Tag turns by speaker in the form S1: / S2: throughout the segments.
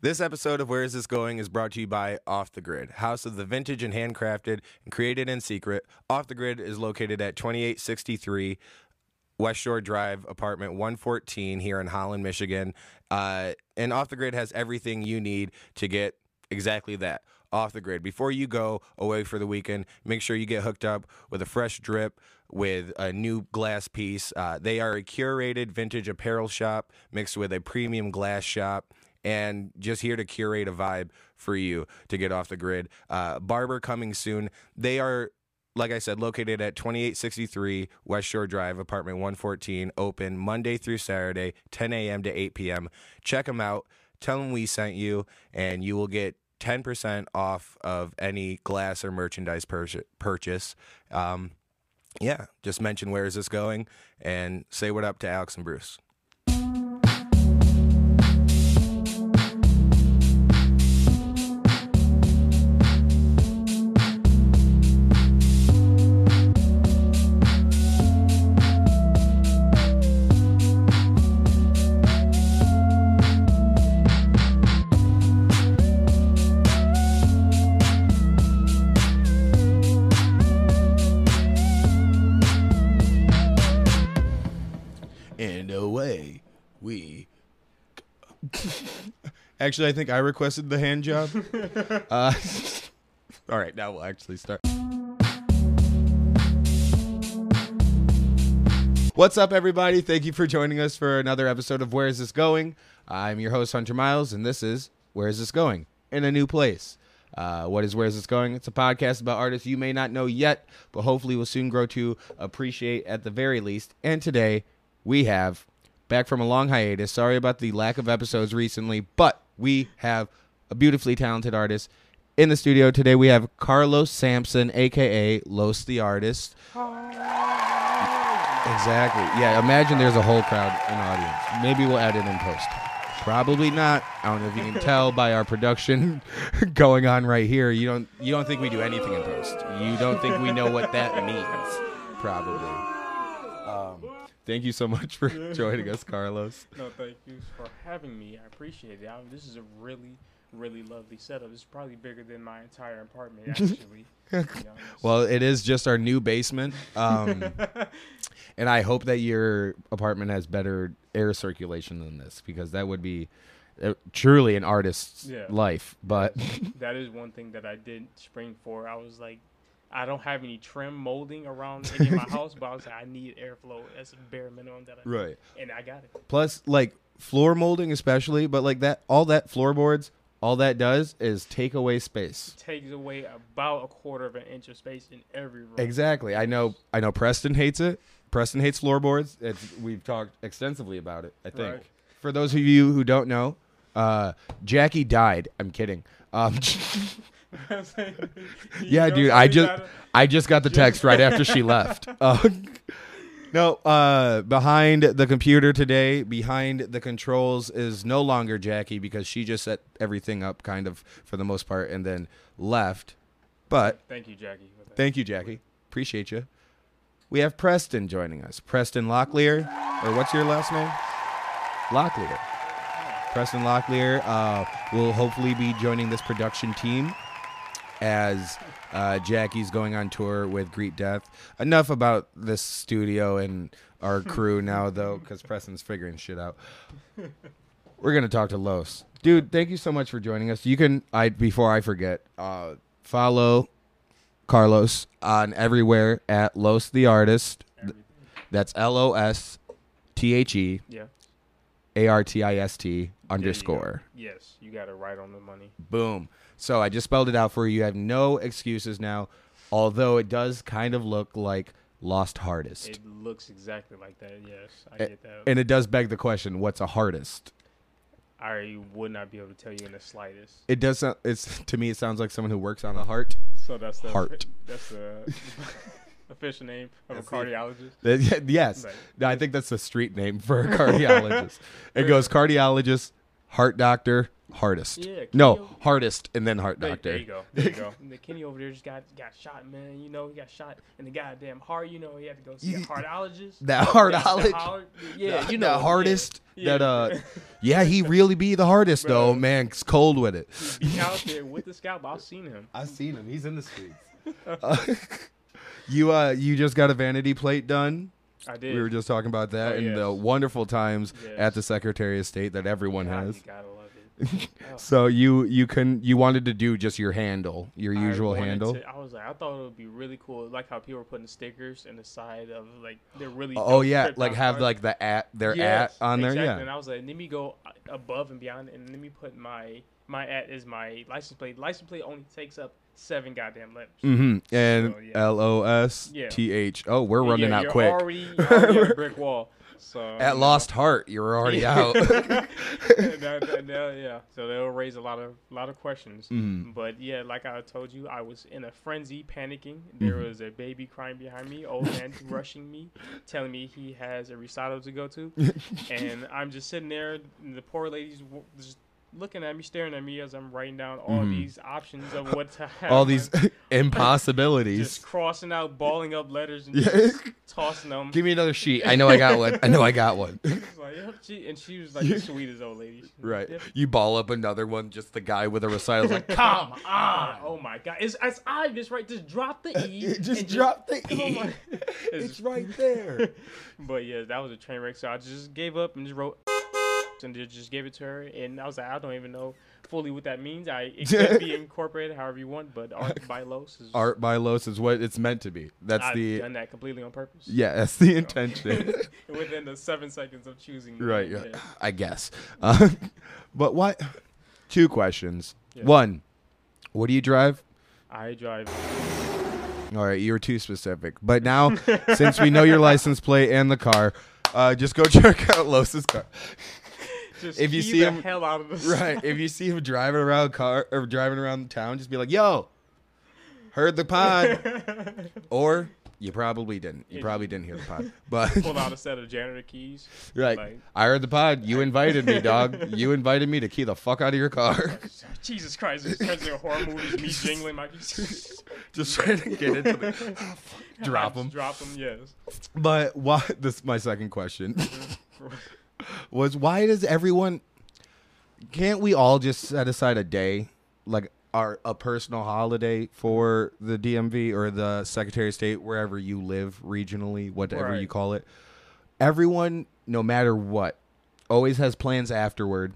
S1: This episode of Where Is This Going is brought to you by Off the Grid, house of the vintage and handcrafted and created in secret. Off the Grid is located at 2863 West Shore Drive, apartment 114 here in Holland, Michigan. Uh, and Off the Grid has everything you need to get exactly that off the grid. Before you go away for the weekend, make sure you get hooked up with a fresh drip, with a new glass piece. Uh, they are a curated vintage apparel shop mixed with a premium glass shop and just here to curate a vibe for you to get off the grid. Uh, Barber coming soon. They are like I said, located at 2863 West Shore Drive, apartment 114, open Monday through Saturday, 10 a.m. to 8 p.m. Check them out. Tell them we sent you, and you will get 10% off of any glass or merchandise purch- purchase. Um, yeah, just mention where is this going and say what up to Alex and Bruce.
S2: And away we. actually, I think I requested the hand job. uh, all right, now we'll actually start. What's up, everybody? Thank you for joining us for another episode of Where Is This Going? I'm your host, Hunter Miles, and this is Where Is This Going? In a New Place. Uh, what is Where Is This Going? It's a podcast about artists you may not know yet, but hopefully will soon grow to appreciate at the very least. And today, we have, back from a long hiatus, sorry about the lack of episodes recently, but we have a beautifully talented artist. In the studio today, we have Carlos Sampson, aka Los the Artist. Exactly. Yeah, imagine there's a whole crowd in the audience. Maybe we'll add it in post. Probably not. I don't know if you can tell by our production going on right here. You don't you don't think we do anything in post. You don't think we know what that means. Probably. Um, thank you so much for joining us, Carlos.
S3: No, thank you for having me. I appreciate it. I, this is a really, really lovely setup. It's probably bigger than my entire apartment, actually. to be honest.
S2: Well, it is just our new basement. Um, and I hope that your apartment has better air circulation than this because that would be uh, truly an artist's
S3: Yeah.
S2: life. But
S3: that is one thing that I did spring for. I was like, I don't have any trim molding around any of my house, but I was like, I need airflow. That's a bare minimum that I
S2: Right.
S3: And I got it.
S2: plus like floor molding especially, but like that all that floorboards, all that does is take away space.
S3: Takes away about a quarter of an inch of space in every room.
S2: Exactly. I know I know Preston hates it. Preston hates floorboards. It's, we've talked extensively about it, I think.
S3: Right.
S2: For those of you who don't know, uh, Jackie died. I'm kidding. Um, yeah, dude. I just I just got the text right after she left. Uh, no, uh, behind the computer today, behind the controls is no longer Jackie because she just set everything up kind of for the most part and then left. But
S3: Thank you, Jackie. for that.
S2: thank you, Jackie. Appreciate you. We have Preston joining us. Preston Locklear, or what's your last name? Locklear. Preston Locklear uh, will hopefully be joining this production team as uh, Jackie's going on tour with Greet Death. Enough about this studio and our crew now, though, because Preston's figuring shit out. We're gonna talk to Los, dude. Thank you so much for joining us. You can, I before I forget, uh, follow Carlos on everywhere at Los the Artist.
S3: Everything.
S2: That's L O S T H E
S3: Yeah.
S2: A R T I S T
S3: There you go.
S2: underscore.
S3: Yes, you got it right on the money.
S2: Boom. So I just spelled it out for you. You have no excuses now, although it does kind of look like Lost Hardest.
S3: It looks exactly like that. Yes, I get that.
S2: And it does beg the question what's a hardest?
S3: I would not be able to tell you in the slightest.
S2: It does sound, it's to me it sounds like someone who works on a heart.
S3: So that's the
S2: Heart.
S3: That's the official name of
S2: That's
S3: a
S2: the-
S3: cardiologist.
S2: That- yes.
S3: Right.
S2: No, I think that's the street name for a cardiologist. it goes cardiologist, heart doctor,
S1: hardest.
S3: Yeah,
S1: no,
S3: Kenny-
S1: hardest and then heart
S3: There-
S1: doctor.
S3: There you go. There you go. And the Kenny over there just got got shot, man. You know, he got shot in the goddamn heart. You know, he had to go see a
S2: You-
S3: heartologist.
S2: That
S3: Yeah, the
S2: hardology.
S3: holler- Yeah, you know,
S2: the
S3: yeah.
S2: hardest.
S3: Yeah.
S2: That uh, yeah, he really be the hardest though,
S3: Bruh.
S2: man. It's cold with it.
S3: He out there with the scalp. I've seen him.
S2: I seen him. He's in the streets. you uh, you just got a vanity plate done.
S3: I did.
S2: We were just talking about that
S3: Oh,
S2: and the
S3: yes.
S2: wonderful times
S3: Yes.
S2: at the Secretary of State that everyone
S3: God,
S2: has.
S3: You gotta love it.
S2: So you you couldn't you wanted to do just your handle, your
S3: I
S2: usual
S3: wanted
S2: handle.
S3: to- I was like, I thought it would be really cool, like how people were putting stickers in the side of like they're really.
S2: Oh
S3: dope
S2: yeah,
S3: Krypton
S2: like have
S3: cards.
S2: like the at their
S3: Yes,
S2: at on there.
S3: exactly.
S2: Yeah.
S3: And I was like, let me go uh, above and beyond, and let me put my my at is my license plate. License plate only takes up seven goddamn letters.
S2: Mm-hmm. And
S3: So, yeah.
S2: L O S T H. Oh, we're
S3: Yeah,
S2: running out
S3: you're
S2: quick.
S3: Already, you're already at brick wall. So
S2: At
S3: you
S2: Lost Heart, you're already out.
S3: No, no, no, yeah. So they'll raise a lot of lot of questions.
S2: Mm-hmm.
S3: But yeah, like I told you, I was in a frenzy, panicking. There
S2: Mm-hmm.
S3: was a baby crying behind me, old man rushing me, telling me he has a recital to go to, and I'm just sitting there. And the poor lady's w- just looking at me, staring at me as I'm writing down all these options of what to have.
S2: Mm-hmm. All these
S3: I'm
S2: impossibilities.
S3: just crossing out, balling up letters, and
S2: Yeah.
S3: just tossing them.
S2: Give me another sheet. I know I got one. I know I got one.
S3: It's like, "Yep," she- and she was like the sweetest old lady. She was like,
S2: Right.
S3: "Yep,
S2: You ball up another one, just the guy with a recital like
S3: Come on! Oh my god, it's, it's obvious, right? Just drop the E.
S2: You
S3: and Oh
S2: just drop the
S3: come
S2: E.
S3: on.
S2: It's right there.
S3: But yeah, that was a train wreck. So I just gave up and just wrote and just- just gave it to her. And I was like, I don't even know fully what that means. I it could be incorporated however you want, but art by Los is
S2: Art by Los is what it's meant to be. That's
S3: I've
S2: the
S3: done that completely on purpose.
S2: yeah, that's the intention.
S3: Within the seven seconds of choosing. the
S2: right.
S3: name,
S2: yeah, I guess. Uh, but what? Two questions. One, what do you drive?
S3: I drive.
S2: All right, you were too specific. But now, since we know your license plate and the car, uh, just go check out Los's car.
S3: Just
S2: If you
S3: key
S2: see
S3: the
S2: him-
S3: hell out of the
S2: Right. If you see him driving around car or driving around town, just be like, "Yo, heard the pod," or you probably didn't. You probably didn't hear the pod, but
S3: pulled out a set of janitor keys.
S2: right.
S3: like-
S2: I heard the pod. You invited me, dog. You invited me to key the fuck out of your car.
S3: Jesus Christ, it turns into horror movies, me jingling my keys.
S2: just trying to get into the drop
S3: Just
S2: them.
S3: Drop them, yes.
S2: But why? This is my second question. was why does everyone? Can't we all just set aside a day, like our a personal holiday for the DMV or the Secretary of State, wherever you live regionally, whatever you
S3: Right.
S2: call it? Everyone, no matter what, always has plans afterward,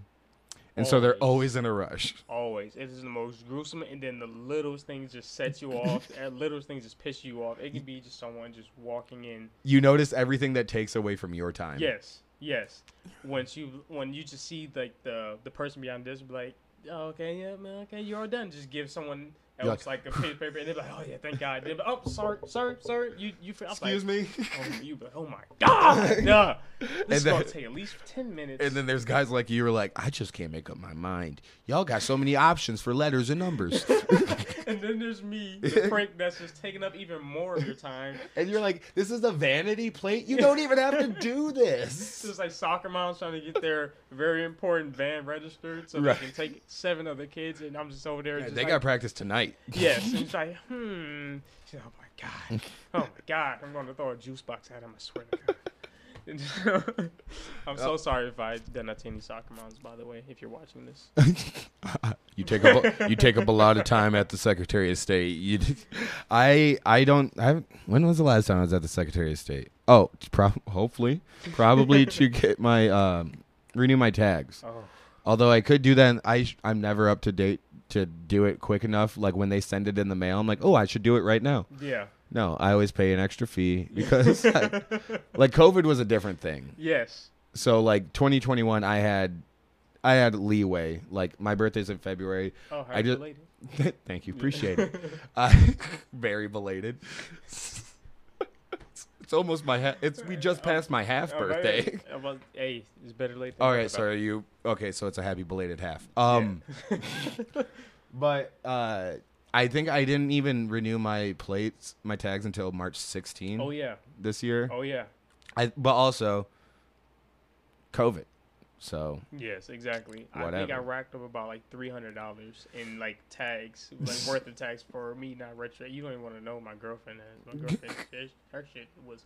S2: and so they're always
S3: Always.
S2: in a rush.
S3: Always. It is the most gruesome, and then the littlest things just set you off. The littlest things just piss you off. It could be just someone just walking in.
S2: You notice everything that takes away from your time.
S3: Yes, yes. Once you when you just see like the the person behind this, be like, oh, okay, yeah, man, okay, you're all done. Just give someone
S2: You're
S3: else like, a piece of paper, and they're like, oh yeah, thank God. They're like, oh, sir, sir, sir, you you. I was like,
S2: Excuse me.
S3: Oh, you be like, oh my god, nah. This is
S2: then-
S3: gonna take at least ten minutes.
S2: And then there's guys like you who are like, I just can't make up my mind. Y'all got so many options for letters and numbers.
S3: and then there's me, the prick that's just taking up even more of your time.
S2: and you're like, this is a vanity plate? You don't even have to do this.
S3: It's just like soccer moms trying to get their very important van registered so
S2: Right.
S3: they can take seven other kids, and I'm just over there. just
S2: they
S3: like,
S2: got practice tonight.
S3: yes. And she's like, hmm. She's like, oh my god, oh my god, I'm going to throw a juice box at him. I swear to God. And- I'm so sorry if I done that to any soccer moms, by the way, if you're watching this.
S2: You take up a- you take up a lot of time at the Secretary of State. You, just- I I don't. I haven't- when was the last time I was at the Secretary of State? Oh, prob hopefully, probably to get my um, renew my tags.
S3: Oh,
S2: Although I could do that, and I sh- I'm never up to date to do it quick enough. Like when they send it in the mail, I'm like, oh, I should do it right now.
S3: yeah.
S2: No, I always pay an extra fee because like, like COVID was a different thing.
S3: Yes.
S2: So like 2021, I had I had leeway. Like my birthday's in February.
S3: Oh, how
S2: I just
S3: related.
S2: thank you, appreciate it. I very belated. It's almost my ha- it's we just passed my half
S3: All right.
S2: birthday.
S3: Uh, well, hey, it's better late than
S2: All
S3: never,
S2: right,
S3: though.
S2: so are you okay? So it's a happy belated half. Um, but uh, I think I didn't even renew my plates, my tags until March 16
S3: Oh yeah.
S2: this year.
S3: Oh yeah.
S2: I but also COVID, So
S3: Yes, exactly. I think I
S2: Hmm. Whatever.
S3: racked up about like three hundred dollars in like tags, like worth of tags for me not retro. You don't even want to know what my girlfriend has. My girlfriend, her- her shit was,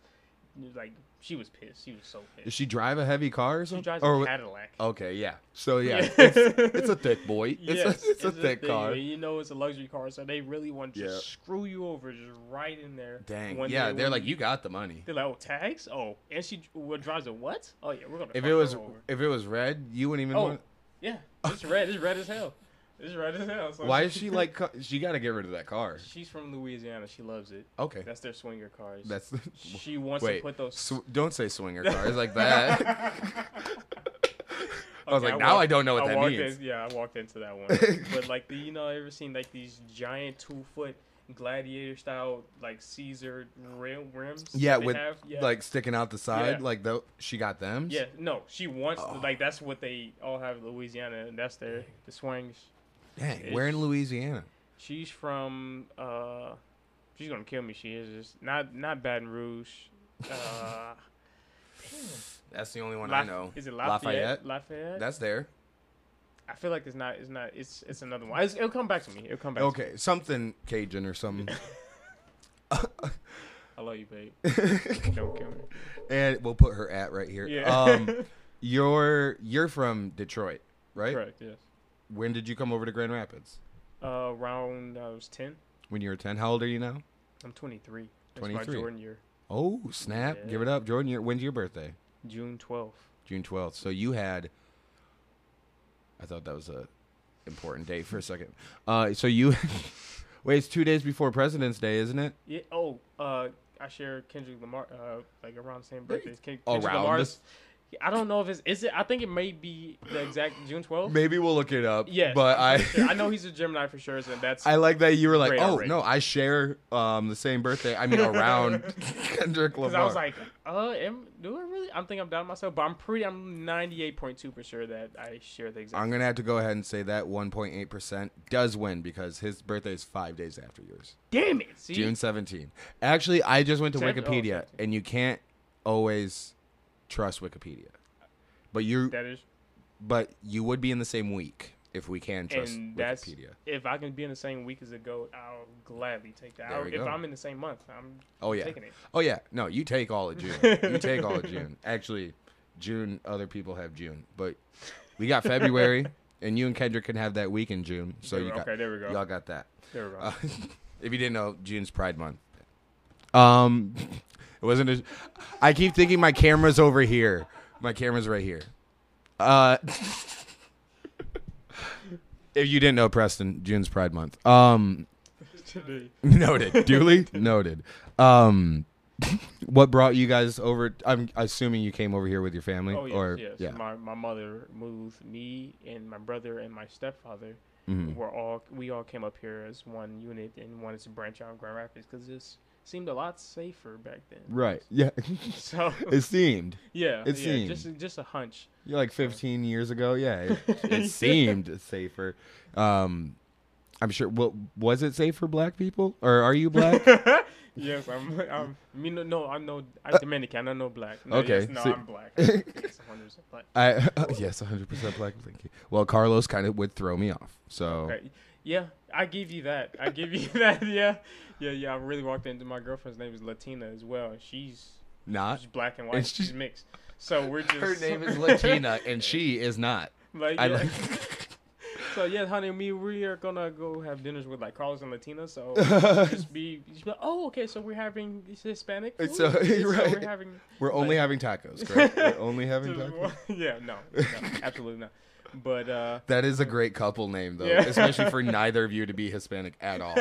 S3: was like she was pissed. She was so
S2: does
S3: pissed.
S2: she drive a heavy car or
S3: She
S2: something?
S3: drives
S2: or
S3: a
S2: what-
S3: Cadillac.
S2: okay, yeah. So yeah,
S3: Yeah.
S2: it's, it's a thick boy. It's
S3: Yes,
S2: a, it's a
S3: the
S2: thick
S3: thing,
S2: car.
S3: but You know it's a luxury car, so they really want to
S2: Yeah.
S3: just screw you over, just right in there.
S2: Dang.
S3: when
S2: yeah,
S3: they-
S2: they're
S3: when
S2: like, you got the money.
S3: They're like, oh, tags? Oh, and she what drives a what? Oh yeah, we're gonna.
S2: If
S3: fuck
S2: it was
S3: her over.
S2: if it was red, you wouldn't even.
S3: Oh,
S2: want...
S3: yeah, it's red. It's red as hell. It's red as hell. so-
S2: Why is she like? co- She got to get rid of that car.
S3: She's from Louisiana. She loves it.
S2: Okay,
S3: That's their swinger cars.
S2: that's.
S3: she wants
S2: Wait,
S3: to put those.
S2: sw- don't say swinger cars like that. I was
S3: Okay,
S2: like, now
S3: walked-
S2: I don't know what that
S3: walked
S2: means.
S3: in- yeah, I walked into that one. but like, the, you know, ever seen like these giant two foot gladiator style like Caesar rim rims? that
S2: Yeah,
S3: they
S2: with
S3: have? Yeah.
S2: like sticking out the side,
S3: Yeah.
S2: like the she got them.
S3: Yeah, no, she wants
S2: Oh.
S3: like that's what they all have in Louisiana, and that's their the swings.
S2: Dang, we're in
S3: It's-
S2: Louisiana.
S3: She's from uh, she's gonna kill me. She is just not not Baton Rouge. Uh,
S2: That's the only one I
S3: Laf-
S2: know.
S3: Is it Lafayette? Lafayette.
S2: That's there.
S3: I feel like it's not. It's not. It's it's another one. It's, it'll come back to me. It'll come back. To me.
S2: Okay, something Cajun or something.
S3: I love you, babe. Don't kill me.
S2: and we'll put her at right here.
S3: Yeah.
S2: Um, you're you're from Detroit, right?
S3: Correct. Yes.
S2: When did you come over to Grand Rapids?
S3: Uh, around I was ten.
S2: When you were ten. How old are you now?
S3: I'm 23. That's
S2: 23.
S3: my Jordan year.
S2: Oh snap! Give it up, Jordan. Your, when's your birthday?
S3: June 12th.
S2: June twelfth. So you had. I thought that was a important date for a second. Uh, so you, wait, it's two days before President's Day, isn't it?
S3: Yeah. Oh. Uh, I share Kendrick Lamar. Uh, like around the same birthday. as Ken-
S2: Around
S3: Kendrick Lamar's.
S2: this-
S3: I don't know if it's is it. I think it may be the exact June 12th.
S2: Maybe we'll look it up.
S3: Yes.
S2: but
S3: I'm
S2: I,
S3: pretty sure. I know he's a Gemini for sure, and that's
S2: I like that you were like,
S3: Great
S2: oh
S3: already.
S2: no, I share um the same birthday. I mean, around Kendrick
S3: Because
S2: Lamar.
S3: I was like, uh, am, do I really? I'm thinking I'm down myself, but I'm pretty, I'm 98.2 for sure that I share the exact.
S2: I'm gonna have to go ahead and say that 1.8 percent does win because his birthday is five days after yours,
S3: Damn it! See,
S2: June 17. Actually, I just went to
S3: Ten- oh,
S2: Wikipedia,
S3: 17.
S2: and you can't always trust Wikipedia. But you,
S3: that is,
S2: but you would be in the same week if we can trust
S3: and that's
S2: Wikipedia.
S3: if I can be in the same week as a goat, I'll gladly take that.
S2: There
S3: I'll,
S2: we
S3: if
S2: go.
S3: I'm in the same month, I'm
S2: Oh yeah.
S3: taking it.
S2: Oh yeah. No, you take all of June. you take all of June. Actually, June. Other people have June, but we got February, and you and Kendrick can have that week in June. So you got
S3: okay, there we go.
S2: y'all got that.
S3: There we go.
S2: Uh, if you didn't know, June's Pride Month. Um, it wasn't. A, I keep thinking my camera's over here. My camera's right here. Uh, if you didn't know, Preston, June's Pride Month. Um,
S3: Today.
S2: noted, duly noted. Um, what brought you guys over? I'm assuming you came over here with your family,
S3: oh yes,
S2: or
S3: yes.
S2: yeah,
S3: My my mother moved me and my brother and my stepfather.
S2: Mhm.
S3: We're all we all came up here as one unit and wanted to branch out in Grand Rapids because it seemed a lot safer back then.
S2: right, yeah.
S3: So
S2: it seemed.
S3: Yeah,
S2: It
S3: yeah,
S2: seemed.
S3: just just a hunch.
S2: You're like 15 years ago. Yeah, it, it seemed safer. Um, I'm sure. Well, was it safe for black people, or are you black?
S3: Yes, I'm. I'm me no, no, I'm no. I'm Dominican. I'm no black. No,
S2: Uh, okay,
S3: yes, no,
S2: so-
S3: I'm black. Yes, 100% black.
S2: I yes, 100 percent black. Thank you. Well, Carlos kind of would throw me off. So
S3: Okay. Yeah, I give you that. I give you that. Yeah, yeah, yeah. I really walked into my girlfriend's name is Latina as well. and She's
S2: not.
S3: she's black and white.
S2: she-
S3: she's mixed. So we're just
S2: Her name is Latina, and she is not.
S3: like,
S2: I
S3: yeah.
S2: like.
S3: So yeah, honey, me we are gonna go have dinners with like Carlos and Latina. So just be, just be like, oh okay, so we're having Hispanic.
S2: It's
S3: food?
S2: so- right.
S3: we're having
S2: We're only having tacos, correct? We're only having
S3: Just
S2: tacos.
S3: one- yeah, no, no, absolutely not. But uh,
S2: That is a great couple name, though,
S3: Yeah.
S2: especially for neither of you to be Hispanic at all.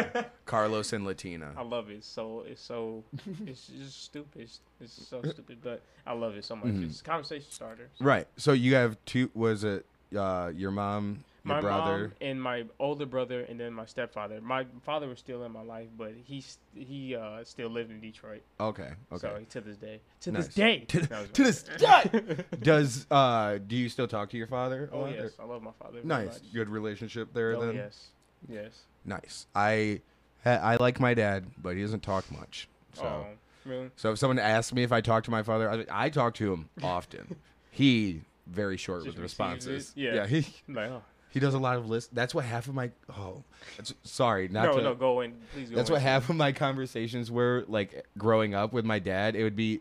S2: Carlos and
S3: I
S2: Latina.
S3: love it. So it's so it's just stupid. It's- It's
S2: Uh,
S3: so stupid, but I love it so much.
S2: mm-hmm.
S3: It's a conversation starter.
S2: Right. So you have two. Was it uh, your mom, your
S3: My
S2: brother?
S3: mom and my older brother, and then my stepfather. My father was still in my life, but he he uh, still lived in Detroit.
S2: Okay. Okay.
S3: So to this day, to
S2: Nice.
S3: this day,
S2: To,
S3: No, I was
S2: to
S3: joking.
S2: this day. Does uh do you still talk to your father? a
S3: Oh
S2: lot, or-
S3: yes, I love my father. very
S2: Nice.
S3: much.
S2: Good relationship there
S3: Oh
S2: then.
S3: yes, yes.
S2: Nice. I ha- I like my dad, but he doesn't talk much. So
S3: Oh, really?
S2: so if someone asks me if I talk to my father, I, I talk to him often. he very short
S3: Just
S2: with
S3: receives it,
S2: responses.
S3: yeah.
S2: he,
S3: Like, oh.
S2: he does a lot of lists. That's what half of my oh, that's, sorry, not
S3: no,
S2: to,
S3: no, go in. Please go
S2: That's
S3: in.
S2: what half of my conversations were like growing up with my dad. It would be,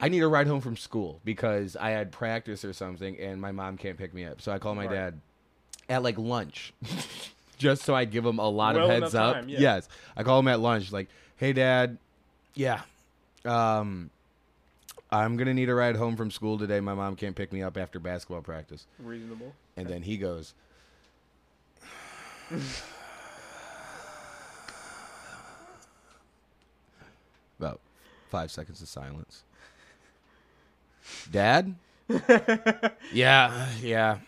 S2: I need a ride home from school because I had practice or something, and my mom can't pick me up. So I call my
S3: Right.
S2: dad at like lunch, just so I give him a lot
S3: Well
S2: of
S3: enough
S2: heads up.
S3: time, yeah.
S2: Yes, I call him at lunch, like, "Hey, dad, yeah, um, I'm gonna need a ride home from school today. My mom can't pick me up after basketball practice."
S3: Reasonable.
S2: And then he goes, about five seconds of silence. Dad? yeah, yeah.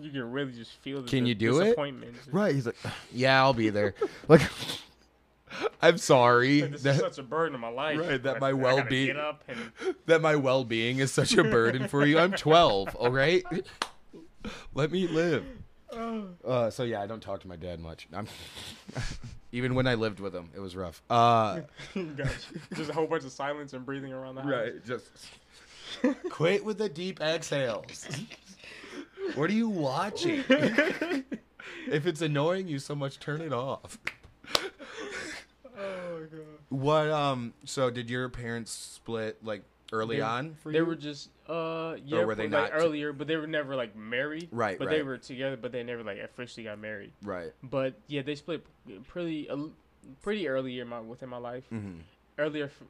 S3: You can really just feel the
S2: Can
S3: dis-
S2: you do it?
S3: disappointment. Just-
S2: Right. He's like, yeah, I'll be there. like, I'm sorry
S3: This is
S2: that,
S3: such a burden on my life.
S2: Right, that
S3: but
S2: my
S3: I gotta
S2: well-being-
S3: Get up and
S2: that my well being is such a burden for you. I'm 12, all right? Let me live. Uh, so yeah, I don't talk to my dad much. I'm, even when I lived with him, it was rough. Uh,
S3: Gotcha. Just a whole bunch of silence and breathing around the house.
S2: just quit with the deep exhales. what are you watching? if it's annoying you so much, turn it off.
S3: Oh my god.
S2: What um? So did your parents split like early
S3: They-
S2: on for
S3: They
S2: you?
S3: were just uh yeah,
S2: Oh, were they
S3: but, like
S2: not t-
S3: earlier, but they were never like married.
S2: Right,
S3: But they
S2: right.
S3: were together, but they never like officially got married.
S2: right.
S3: But yeah, they split pretty a- pretty early in my within my life.
S2: Mhm.
S3: Earlier, f-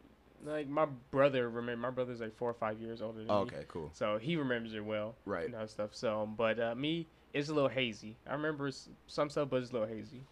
S3: like my brother remember my brother's like four or five years older than me.
S2: Oh, Okay, cool.
S3: So he remembers it well.
S2: Right.
S3: And that stuff. So, um, but uh, me, it's a little hazy. I remember s- some stuff, but it's a little hazy.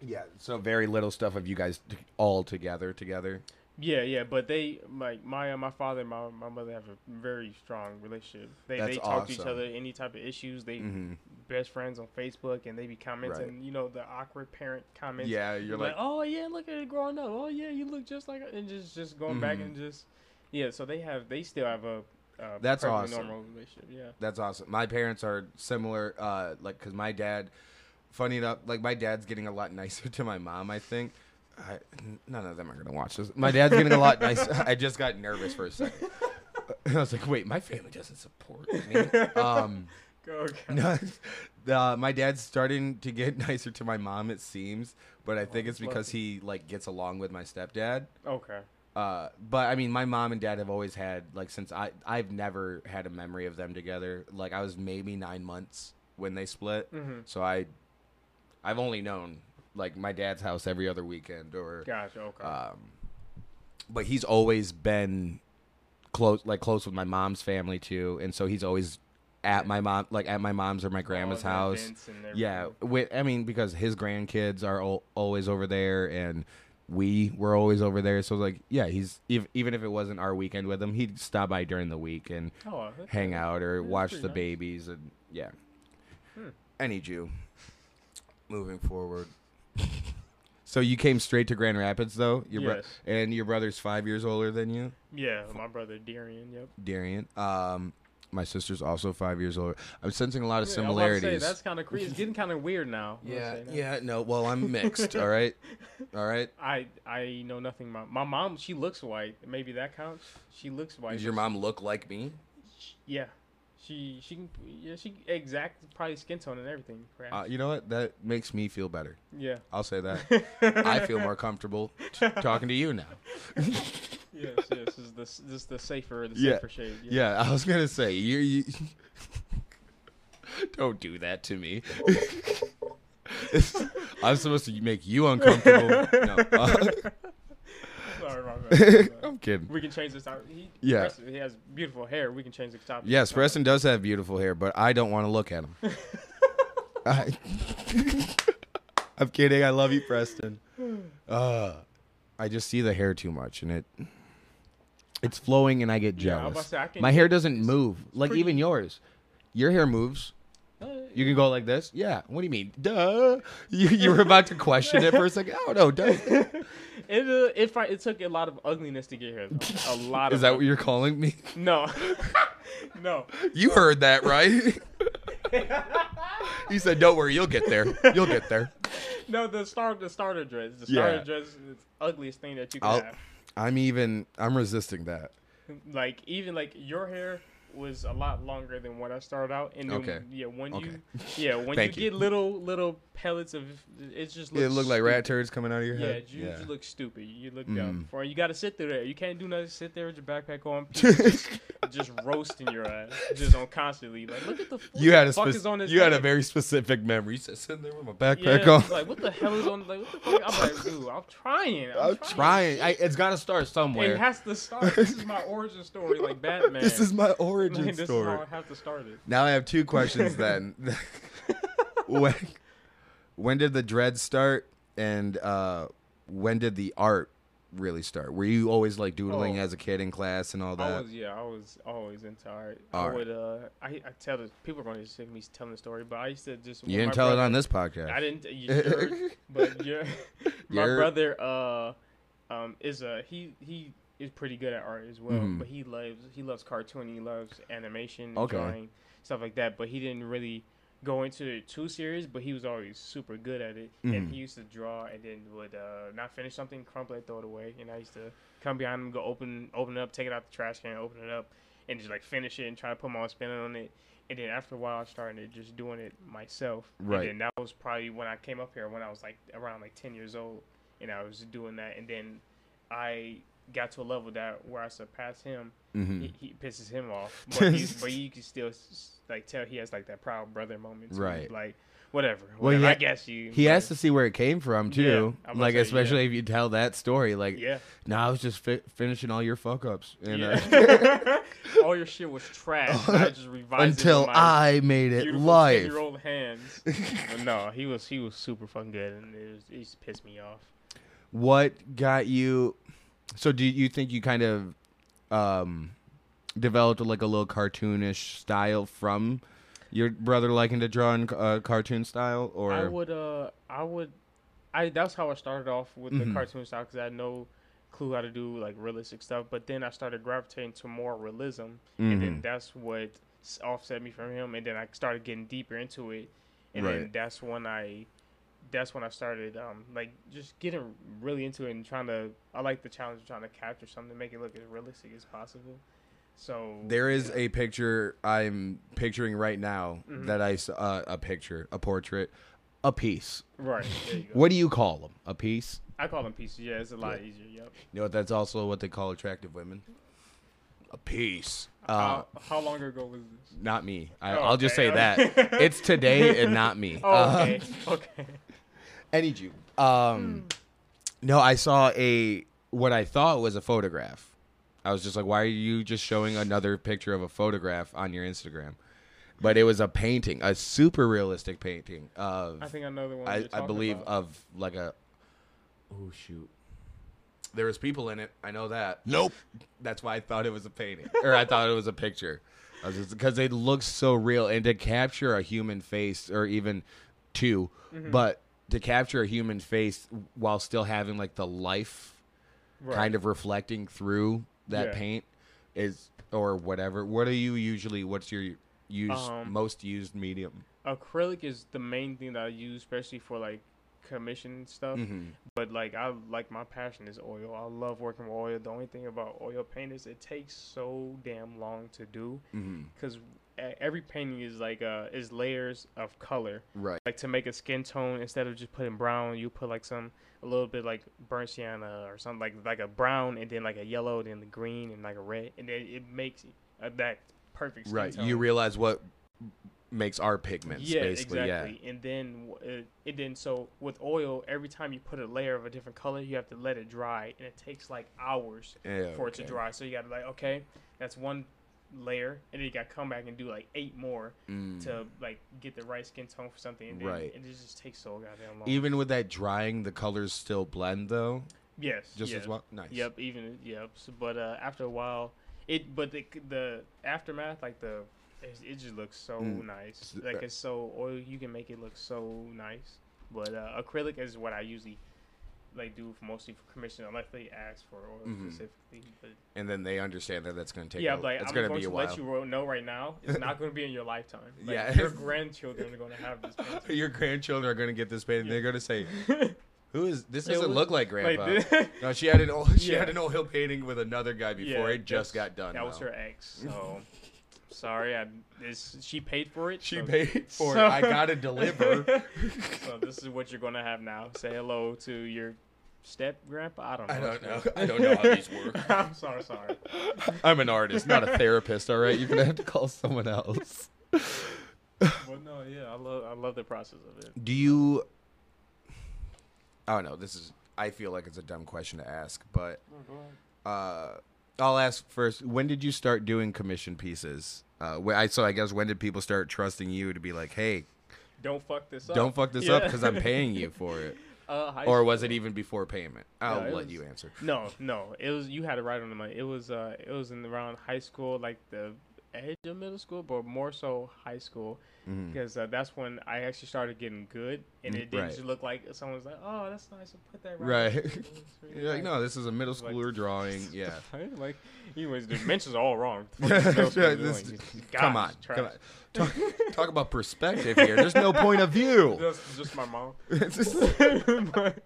S2: Yeah. So very little stuff of you guys t- all together together.
S3: Yeah, yeah, but they like my uh, my father and my, my mother have a very strong relationship. They
S2: That's
S3: they talk to each
S2: awesome.
S3: other any type of issues. They
S2: Mhm.
S3: best friends on Facebook and they be commenting,
S2: Right.
S3: you know, the awkward parent comments.
S2: Yeah, you're
S3: like,
S2: like,
S3: oh yeah, look at it growing up. Oh yeah, you look just like her," and just just going back
S2: Mhm.
S3: and just yeah. So they have they still have a, a
S2: That's
S3: perfectly
S2: awesome.
S3: normal relationship. Yeah,
S2: That's awesome. My parents are similar, uh, like, because my dad, funny enough, like, my dad's getting a lot nicer to my mom, I think. I, n- none of them are going to watch this. My dad's getting a lot nicer. I just got nervous for a second. I was like, wait, my family doesn't support me. Um,
S3: go okay.
S2: no, uh, my dad's starting to get nicer to my mom, it seems, but I think it's
S3: that's
S2: because he, like, gets along with my stepdad.
S3: okay.
S2: Uh, but I mean, my mom and dad have always had like since I I've never had a memory of them together. Like I was maybe nine months when they split,
S3: Mhm.
S2: so I I've only known like my dad's house every other weekend or
S3: Gotcha. Okay.
S2: um, but he's always been close like close with my mom's family too, and so he's always at my mom like at my mom's or my grandma's
S3: All the
S2: house.
S3: events and
S2: Yeah,
S3: everything.
S2: with, I mean because his grandkids are al always over there, and we were always over there. So like, yeah, he's if, even if it wasn't our weekend with him, he'd stop by during the week and
S3: Oh, that's-
S2: hang out or
S3: that's
S2: watch
S3: pretty
S2: the
S3: nice.
S2: babies and yeah.
S3: Hmm.
S2: Any Jew. Moving forward. so you came straight to Grand Rapids though, your bro-
S3: Yes.
S2: and your brother's five years older than you.
S3: Yeah, my brother Darian. Yep.
S2: Darian. Um, my sister's also five years older. I'm sensing a lot of
S3: Yeah, I was about to say,
S2: similarities.
S3: that's kind of crazy. It's getting kind of weird now. I'm gonna
S2: Yeah,
S3: say that.
S2: yeah, no. Well, I'm mixed. all right, all right.
S3: I I know nothing about my mom. She looks white. Maybe that counts. She looks white.
S2: Does your
S3: but
S2: mom look like me?
S3: she- yeah, she she can yeah she exact probably skin tone and everything. Perhaps.
S2: Uh, you know what? That makes me feel better.
S3: yeah.
S2: I'll say that. I feel more comfortable t- talking to you now.
S3: Yes, yes. This is the s- this is the safer the
S2: Yeah,
S3: safer shade. Yeah.
S2: Yeah, I was gonna say you. you don't do that to me. I'm supposed to make you uncomfortable. No, uh,
S3: Sorry, my bad, my bad.
S2: I'm kidding.
S3: We can change this out. He,
S2: Yeah.
S3: Preston, he has beautiful hair. We can change the topic.
S2: Yes, Preston does have beautiful hair, but I don't want to look at him. I, I'm kidding. I love you, Preston. Uh, I just see the hair too much, and it it's flowing, and I get
S3: Yeah, I was about
S2: jealous.
S3: to say, I can-
S2: My hair doesn't move like
S3: pretty-
S2: even yours. Your hair moves.
S3: Uh,
S2: You can go like this. Yeah. What do you mean? Duh. You, you were about to question it for a second. Oh no. Duh.
S3: It uh, it, fi- it took a lot of ugliness to get here. Though. A lot.
S2: Is
S3: of
S2: that what you're calling me?
S3: ug- No. no.
S2: You heard that, right? he said, "Don't worry, you'll get there. You'll get there."
S3: No, the star, the starter dress, the starter
S2: Yeah.
S3: dress is the ugliest thing that you can
S2: I'll,
S3: have.
S2: I'm even. I'm resisting that.
S3: Like even like your hair, was a lot longer than what I started out. And then,
S1: Okay.
S3: yeah, when
S1: Okay.
S3: you yeah when you
S1: Thank
S3: get
S1: you.
S3: little little pellets of it just looks
S1: It looked like rat
S3: stupid.
S1: turds coming out of your
S3: Yeah,
S1: head.
S3: you, you look stupid. You look
S2: Mm.
S3: dumb. For you got to sit there. You can't do nothing. Sit there with your backpack on, just, just roasting your ass, just on constantly. Like, look at the. what
S2: You had
S3: the
S2: a
S3: fuck
S2: spec-
S3: is on this
S2: you had a
S3: thing?
S2: very specific memory. You said, sitting there with my
S3: Yeah,
S2: backpack on.
S3: it's like what the hell is on? Like what the fuck? I'm like, dude, I'm trying. I'm,
S2: I'm trying. I, it's got to start somewhere.
S3: It has to start. This is my origin story, like Batman.
S2: this is my
S3: Like,
S2: origin
S3: this is
S2: story.
S3: how I have to start it.
S2: Now I have two questions then. when, when did the dread start, and uh, when did the art really start? Were you always like doodling
S3: Oh.
S2: as a kid in class and all
S3: I
S2: that?
S3: was yeah, I was always into art. I
S2: Art.
S3: would uh, I, I tell the people are gonna just sick of me telling the story, but I used to just when
S2: you didn't
S3: my
S2: tell it
S3: brother-
S2: on this podcast.
S3: I didn't. You jerk, but you're, my
S2: You're-
S3: brother uh, um, is a he he is pretty good at art as well.
S2: Mhm.
S3: But he loves he loves cartooning. He loves animation,
S2: Okay.
S3: drawing, stuff like that. But he didn't really go into it too serious. But he was always super good at it.
S2: Mhm.
S3: And he used to draw and then would uh, not finish something, crumple it, throw it away. And I used to come behind him, go open open it up, take it out the trash can, open it up, and just like finish it and try to put my own spin on it. And then after a while, I started just doing it myself.
S2: Right.
S3: And then that was probably when I came up here when I was like around like 10 years old and I was doing that. And then I got to a level that where I surpassed him,
S2: Mhm.
S3: he, he pisses him off. But, he's, but you can still s- like tell he has like that proud brother moment. too.
S2: Right.
S3: Like, whatever.
S2: Well,
S3: whatever,
S2: he
S3: I
S2: ha-
S3: guess you.
S2: He has to see where it came from too.
S3: Yeah, I'm gonna
S2: like
S3: say,
S2: especially if you tell that story, like,
S3: Yeah.
S2: no, I was just fi- finishing all your fuck ups, and, uh,
S3: Yeah. All your shit was trash. and I just revised it
S2: until
S3: with my
S2: I made it live.
S3: year old hands. but no, he was he was super fucking good, and it, was, it just pissed me off.
S2: What got you? So do you think you kind of um, developed like a little cartoonish style from your brother liking to draw in uh, cartoon style, or
S3: I would uh I would I that's how I started off with
S2: Mhm.
S3: the cartoon style because I had no clue how to do like realistic stuff. But then I started gravitating to more realism, and then
S2: Mhm.
S3: that's what s- offset me from him. And then I started getting deeper into it, and then
S2: Right.
S3: that's when I that's when I started um like just getting really into it and trying to I like the challenge of trying to capture something, make it look as realistic as possible. So
S2: There is a picture I'm picturing right now
S3: Mm-hmm.
S2: that I s- uh, a picture, a portrait, a piece.
S3: right there you go.
S2: What do you call them? A piece?
S3: I call them pieces. Yeah, it's a lot easier. Yep.
S2: You know what? That's also what they call attractive women. A piece. Uh,
S3: How, how long ago was this?
S2: not me. I,
S3: Oh,
S2: I'll just say
S3: okay,
S2: that
S3: okay.
S2: it's today and not me.
S3: Oh, okay. okay.
S2: I need you. Um, no, I saw a what I thought was a photograph. I was just like, why are you just showing another picture of a photograph on your Instagram? But it was a painting, a super realistic painting of
S3: I think I know the one.
S2: I,
S3: you're
S2: I
S3: talking
S2: believe uh,
S3: about.
S2: of like a oh shoot. There was people in it. I know that.
S1: Nope.
S2: That's why I thought it was a painting, or I thought it was a picture, I was just because it looks so real, and to capture a human face, or even 2
S3: Mm-hmm.
S2: but to capture a human face while still having like the life
S3: Right.
S2: kind of reflecting through that
S3: Yeah.
S2: paint is or whatever. What do you usually? What's your use
S3: Um,
S2: most used medium?
S3: acrylic is the main thing that I use, especially for like commission stuff.
S2: Mm-hmm.
S3: But like I like my passion is oil. I love working with oil. The only thing about oil paint is it takes so damn long to do
S2: Mm-hmm.
S3: because every painting is like uh is layers of color.
S2: Right.
S3: Like to make a skin tone instead of just putting brown, you put like some a little bit like burnt sienna or something like like a brown and then like a yellow, then the green and like a red, and then it makes uh, that perfect. Skin
S2: right
S3: Tone.
S2: you realize what makes our pigments basically
S3: exactly. And then w- it, and then so with oil, every time you put a layer of a different color, you have to let it dry, and it takes like hours
S2: Yeah,
S3: for it to
S2: okay.
S3: dry. So you got to like okay, that's one layer, and then you got to come back and do like eight more
S2: Mm.
S3: to like get the right skin tone for something. And then,
S2: Right.
S3: And it just takes so goddamn long.
S2: yeah even with that drying the colors still blend though
S3: yes,
S2: just
S3: yes.
S2: as well nice
S3: Yep, even yep. So, but uh, after a while, it but the the aftermath, like the it, it just looks so
S2: Mm.
S3: nice.
S2: S-
S3: Like
S2: uh,
S3: it's so oil, you can make it look so nice. But uh, acrylic is what I usually like do for mostly for commission, unless they ask for oil
S2: Mhm.
S3: specifically. But
S2: and then they understand that that's going to take
S3: yeah,
S2: a,
S3: but, like
S2: it's
S3: I'm
S2: gonna
S3: going
S2: be
S3: to
S2: a while
S3: let you ro- know right now, it's not going to be in your lifetime. Like,
S2: Yeah.
S3: your grandchildren are going to have this. painting.
S2: your grandchildren are going to get this painting they're going to say who is this
S3: It
S2: doesn't
S3: was-
S2: look like
S3: like,
S2: grandpa
S3: th-
S2: no she had an old she
S3: Yeah.
S2: had an old hill painting with another guy before it just
S3: that's-
S2: got done
S3: That was
S2: though.
S3: her ex. So Sorry, I this, she paid for it.
S2: She
S3: so-
S2: paid for it.
S3: so-
S2: I gotta deliver.
S3: so this is what you're gonna have now. Say hello to your step grandpa. I don't know.
S2: I don't
S3: what's
S2: know.
S3: going-
S2: I don't know how these work.
S3: I'm sorry, sorry.
S2: I'm an artist, not a therapist. All right, you're gonna have to call someone else.
S3: Well, no, yeah, I love, I love the process of it.
S1: Do you
S2: I don't know. This is. I feel like it's a dumb question to ask, but uh, I'll ask first. When did you start doing commission pieces? Uh, wh- I so I guess when did people start trusting you to be like, hey,
S3: Don't fuck this up.
S2: don't fuck this up up
S3: Yeah.
S2: because I'm paying you for it,
S3: Uh, high
S2: or
S3: school.
S2: was it even before payment? I'll
S3: it
S2: let
S3: was-
S2: you answer.
S3: No, no. It was you had it right on the money. It was uh it was in around high school, like the edge of middle school, but more so high school because uh, that's when I actually started getting good, and
S2: Mm-hmm. Mm,
S3: it didn't
S2: right.
S3: just look like someone's like, oh, that's nice, I'll put that
S2: Right.
S3: right. there." It's really
S2: You're like,
S3: nice.
S2: no, this is a middle
S3: Like-
S2: schooler drawing. Yeah.
S3: like, anyways, the dimensions are all wrong. What the
S2: Yeah,
S3: fuck is middle school
S2: this-
S3: doing? Just
S2: come
S3: garbage,
S2: on,
S3: trash.
S2: come on. Talk, talk about perspective here. There's no point of view.
S3: That's just my mom.
S2: It's just-
S3: But-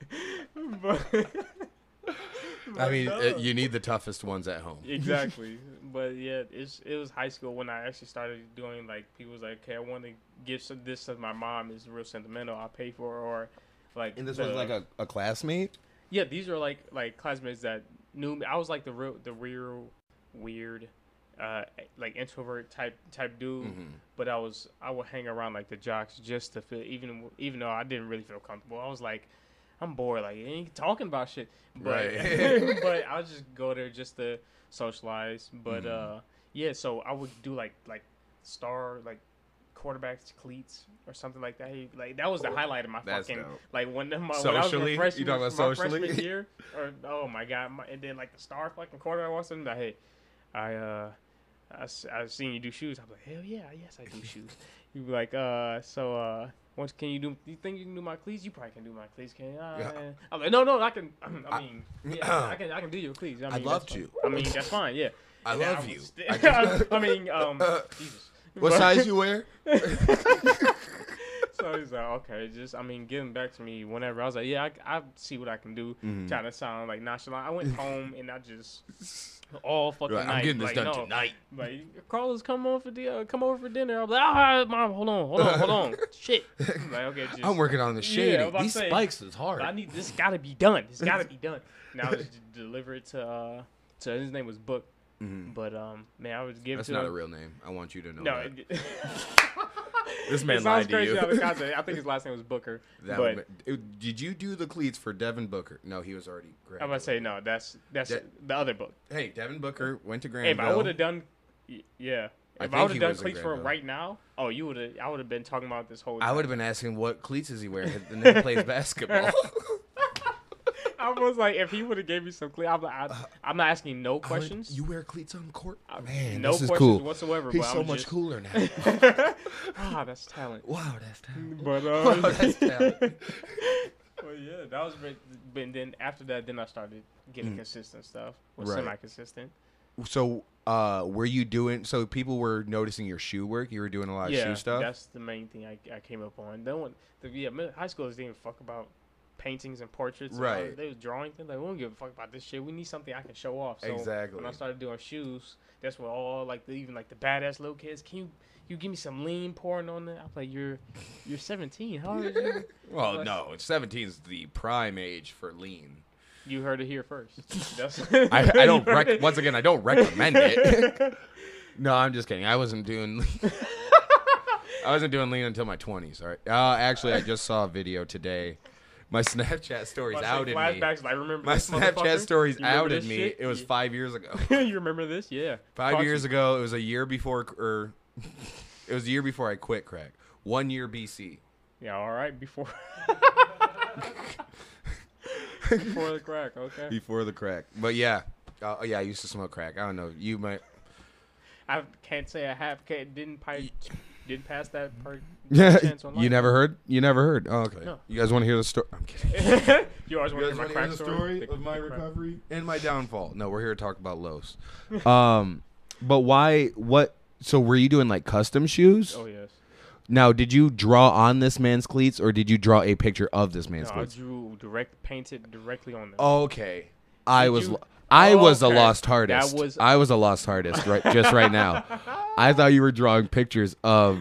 S3: but-
S2: I mean,
S3: But
S2: uh
S3: no.
S2: you need the toughest ones at home.
S3: exactly. But yeah, it's it was high school when I actually started doing like people was like, okay, I want to give some this to my mom. It's real sentimental. I pay for it," or like.
S2: And this
S3: the-
S2: was like a, a classmate.
S3: yeah. These are like like classmates that knew me. I was like the real the real weird, uh, like introvert type type dude.
S2: Mm-hmm.
S3: But I was I would hang around like the jocks just to feel even even though I didn't really feel comfortable. I was like. I'm bored, like ain't talking about shit. But
S2: Right.
S3: but I'll just go there just to socialize. But
S2: Mm-hmm.
S3: uh, yeah, so I would do like like star like quarterbacks cleats or something like that. He- Like that was the highlight of my
S2: That's
S3: fucking
S2: dope.
S3: like Uh, when the- my
S2: Socially?
S3: When
S2: You
S3: I was in freshman,
S2: talking about
S3: my
S2: socially?
S3: freshman year, or oh my god, my, and then like the star fucking quarterback walks in. Like, hey, I uh. I, s- I seen you do shoes. I'm like, hell yeah, yes I do shoes. you be like, uh, so uh, once can you do? You think you can do my cleats? You probably can do my cleats, can you? Uh,
S2: Yeah.
S3: I'm like, no, no, I can. I mean, yeah, I can, I can do your cleats. I mean,
S2: I'd love
S3: that's fine.
S2: to.
S3: I mean, that's fine. Yeah.
S2: I
S3: Yeah,
S2: love
S3: I
S2: you.
S3: was-
S2: I just-
S3: I mean, um,
S2: Uh,
S3: Jesus.
S2: What
S3: But-
S2: size you wear?
S3: so he's like, okay, just I mean, give him back to me whenever. I was like, yeah, I, I see what I can do.
S2: Mm-hmm.
S3: Trying to sound like nonchalant. I went home and I just all fucking
S2: Right, I'm
S3: night.
S2: getting this
S3: like,
S2: done
S3: no.
S2: tonight.
S3: Like Carlos, come on for the uh, come over for dinner. I'm like, all right, mom, hold on, hold on, hold on. Shit. I'm like, okay, just,
S2: I'm working on the
S3: Yeah,
S2: shading.
S3: I was about to
S2: These
S3: say,
S2: spikes is hard.
S3: I need this. Got to be done. It's got to be done. Now I was d- delivered to uh, to his name was Book, but um, man, I was giving
S2: Mm-hmm. That's
S3: to
S2: not
S3: him.
S2: a real name. I want you to know.
S3: no.
S2: that.
S3: it-
S2: this
S3: it
S2: man
S3: sounds
S2: lied to
S3: crazy
S2: you.
S3: out of context. I think his last name was Booker.
S2: That
S3: but
S2: would ma- it- did you do the cleats for Devin Booker? No, he was already.
S3: I'm gonna
S2: Graduated.
S3: say no. That's that's
S2: That-
S3: the other book.
S2: Hey, Devin Booker went to
S3: If
S2: Granville.
S3: I would have done, y- yeah.
S2: I
S3: If I,
S2: think
S3: would
S2: he
S3: have done
S2: was in
S3: cleats for him
S2: Granville.
S3: right now, oh, you would have. I would have been talking about this whole.
S2: I
S3: time.
S2: would have been asking what cleats is he wearing. The nigga plays basketball.
S3: I was like, if he would have gave me some cleats, I'm, like, I, I'm not asking no
S2: Like,
S3: questions.
S2: Uh, you wear cleats on court?
S3: I-
S2: Man,
S3: no
S2: this is
S3: questions
S2: cool.
S3: whatsoever.
S2: He's
S3: but
S2: so
S3: I'm
S2: much
S3: just,
S2: cooler now.
S3: Ah, that's talent.
S2: wow, that's talent.
S3: But
S2: Wow,
S3: um,
S2: that's talent.
S3: well, yeah, that was. been- Been then after that, then I started getting consistent stuff. Was
S2: Mm. Right.
S3: semi-consistent.
S2: So, uh, were you doing? So people were noticing your shoe work. You were doing a lot of
S3: yeah,
S2: shoe stuff.
S3: That's the main thing I, I came up on. No one, the, yeah, middle, high schoolers didn't even fuck about paintings and portraits. and all that.
S2: Right.
S3: they was drawing things. Like, we don't give a fuck about this shit. We need something I can show off. So When I
S2: Exactly.
S3: started doing shoes, that's where all like the, even like the badass little kids. Can you you give me some lean pouring on that? I'm like, you're you're 17. How old are you?
S2: Well, no, seventeen is the prime age for lean.
S3: You heard it here first. That's
S2: I, I don't. Rec- once again, I don't recommend it. no, I'm just kidding. I wasn't doing. I wasn't doing lean until my 20s. All right. Uh, actually, I just saw a video today. My Snapchat stories
S3: Watch,
S2: outed
S3: like,
S2: me.
S3: flashbacks, like, remember
S2: My
S3: this,
S2: Snapchat
S3: motherfucker?
S2: stories
S3: You remember
S2: outed
S3: this
S2: me.
S3: shit?
S2: It was
S3: You-
S2: five years ago.
S3: you remember this? Yeah.
S2: Five years ago. It was a year before, or it was a year before I quit crack. One year BC.
S3: Yeah, all right. Before. Before the crack, okay.
S2: Before the crack. But yeah, uh, yeah. I used to smoke crack. I don't know. You might.
S3: I can't say I have. Can't, didn't pi- didn't pass that per
S2: Yeah.
S3: chance on life.
S2: You never heard? You never heard? Oh, okay.
S3: No.
S2: You guys want to hear the story? I'm kidding.
S3: you always want to
S2: You guys want
S3: hear my
S2: to hear
S3: crack
S2: the
S3: story,
S2: story
S3: The-
S2: of my
S3: the crack.
S2: recovery and my downfall? No, we're here to talk about Lowe's. um, but why? What? So were you doing like custom shoes?
S3: Oh yes.
S2: Now, did you draw on this man's cleats, or did you draw a picture of this
S3: No,
S2: man's
S3: I
S2: cleats? Oh.
S3: drew direct, painted directly on them.
S2: Okay, I
S3: Did
S2: was
S3: you- Oh,
S2: lo- I was a
S3: Okay.
S2: lost
S3: That
S2: artist.
S3: was-
S2: I was a lost artist right just right now. I thought you were drawing pictures of.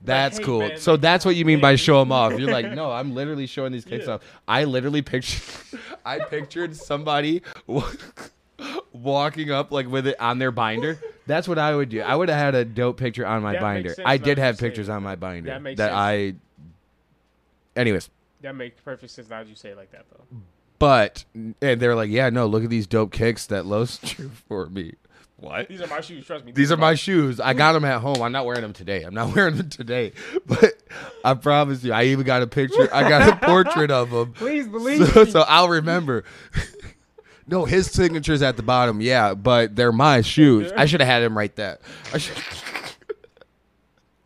S2: That's
S3: hey,
S2: cool.
S3: man,
S2: so
S3: like,
S2: that's what you mean by
S3: man.
S2: show them off. You're like, no, I'm literally showing these kicks off. I literally pictured, I pictured somebody wa- walking up like with it on their binder. That's what I would do. I would have had a dope picture on my
S3: That makes
S2: binder.
S3: sense
S2: I did
S3: now that you
S2: have
S3: say
S2: pictures
S3: it.
S2: on my binder
S3: That makes
S2: that
S3: sense.
S2: I. Anyways,
S3: That makes perfect sense now that you say it like that though.
S2: but and they're like, yeah, no, look at these dope kicks that Los drew for me. What?
S3: These are my shoes. Trust me.
S2: These are my shoes. I got them at home. I'm not wearing them today. I'm not wearing them today. But I promise you, I even got a picture. I got a portrait of them.
S3: Please believe
S2: So,
S3: me.
S2: so I'll remember. No, his signature's at the bottom. Yeah, but they're my shoes. I should have had him write that. I should.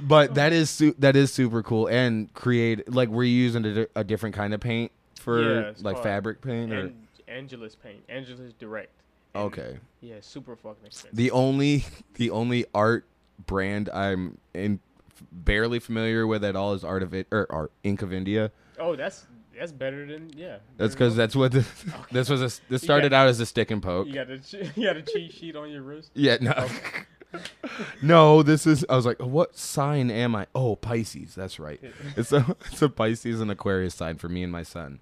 S2: But that is su- that is super cool and create like we're using a, di- a different kind of paint
S3: Yeah,
S2: for
S3: it's
S2: like
S3: called
S2: fabric paint or
S3: An- Angelus paint. Angelus direct. And,
S2: okay.
S3: Yeah, super fucking expensive.
S2: the only the only art brand I'm in barely familiar with at all is Art of It or Art Ink of India.
S3: oh, that's that's better than yeah.
S2: That's
S3: better
S2: because that's what the, this was. A, this
S3: You
S2: started
S3: got-
S2: out as a stick and
S3: than-
S2: poke.
S3: you got a che- you got a cheat sheet on your wrist.
S2: yeah, no, no. This is. I was like, what sign am I? Oh, Pisces. That's right. It's a it's a Pisces and Aquarius sign for me and my son.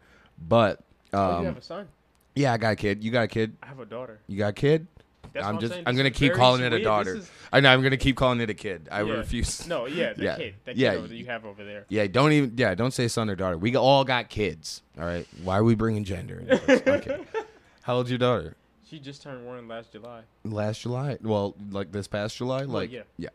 S2: But
S3: oh, you
S2: um,
S3: have a son.
S2: yeah, I got a kid. You got a kid.
S3: I have a daughter.
S2: You got a kid.
S3: That's
S2: I'm
S3: what I'm
S2: just.
S3: saying.
S2: I'm
S3: This
S2: gonna
S3: is
S2: keep
S3: very
S2: calling it a
S3: weird. This
S2: daughter.
S3: is-
S2: I know. I'm gonna keep calling it a kid. I
S3: Yeah.
S2: refuse.
S3: No, yeah, that
S2: Yeah.
S3: kid, that
S2: Yeah,
S3: kid over
S2: y-
S3: that you have over there.
S2: Yeah, don't even. Yeah, don't say son or daughter. We all got kids. All right. Why are we bringing gender? into this? Okay. How old's your daughter?
S3: She just turned one last July.
S2: Last July. Well, like this past July. Like
S3: yeah.
S2: yeah.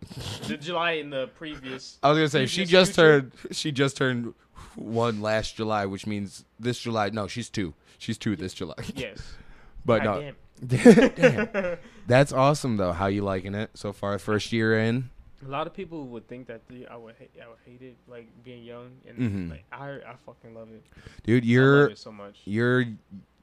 S3: The July in the previous.
S2: I was gonna say she
S3: Previous
S2: just
S3: future?
S2: turned. She just turned one last July, which means this July. No, she's two. She's two this July.
S3: Yes.
S2: But
S3: God
S2: no. Damn. That's awesome though. How you liking it so far? First year in.
S3: A lot of people would think that the, I would hate, I would hate it, like being young, and
S2: Mhm.
S3: like I, I fucking love it.
S2: Dude,
S3: I
S2: you're
S3: love it so much.
S2: you're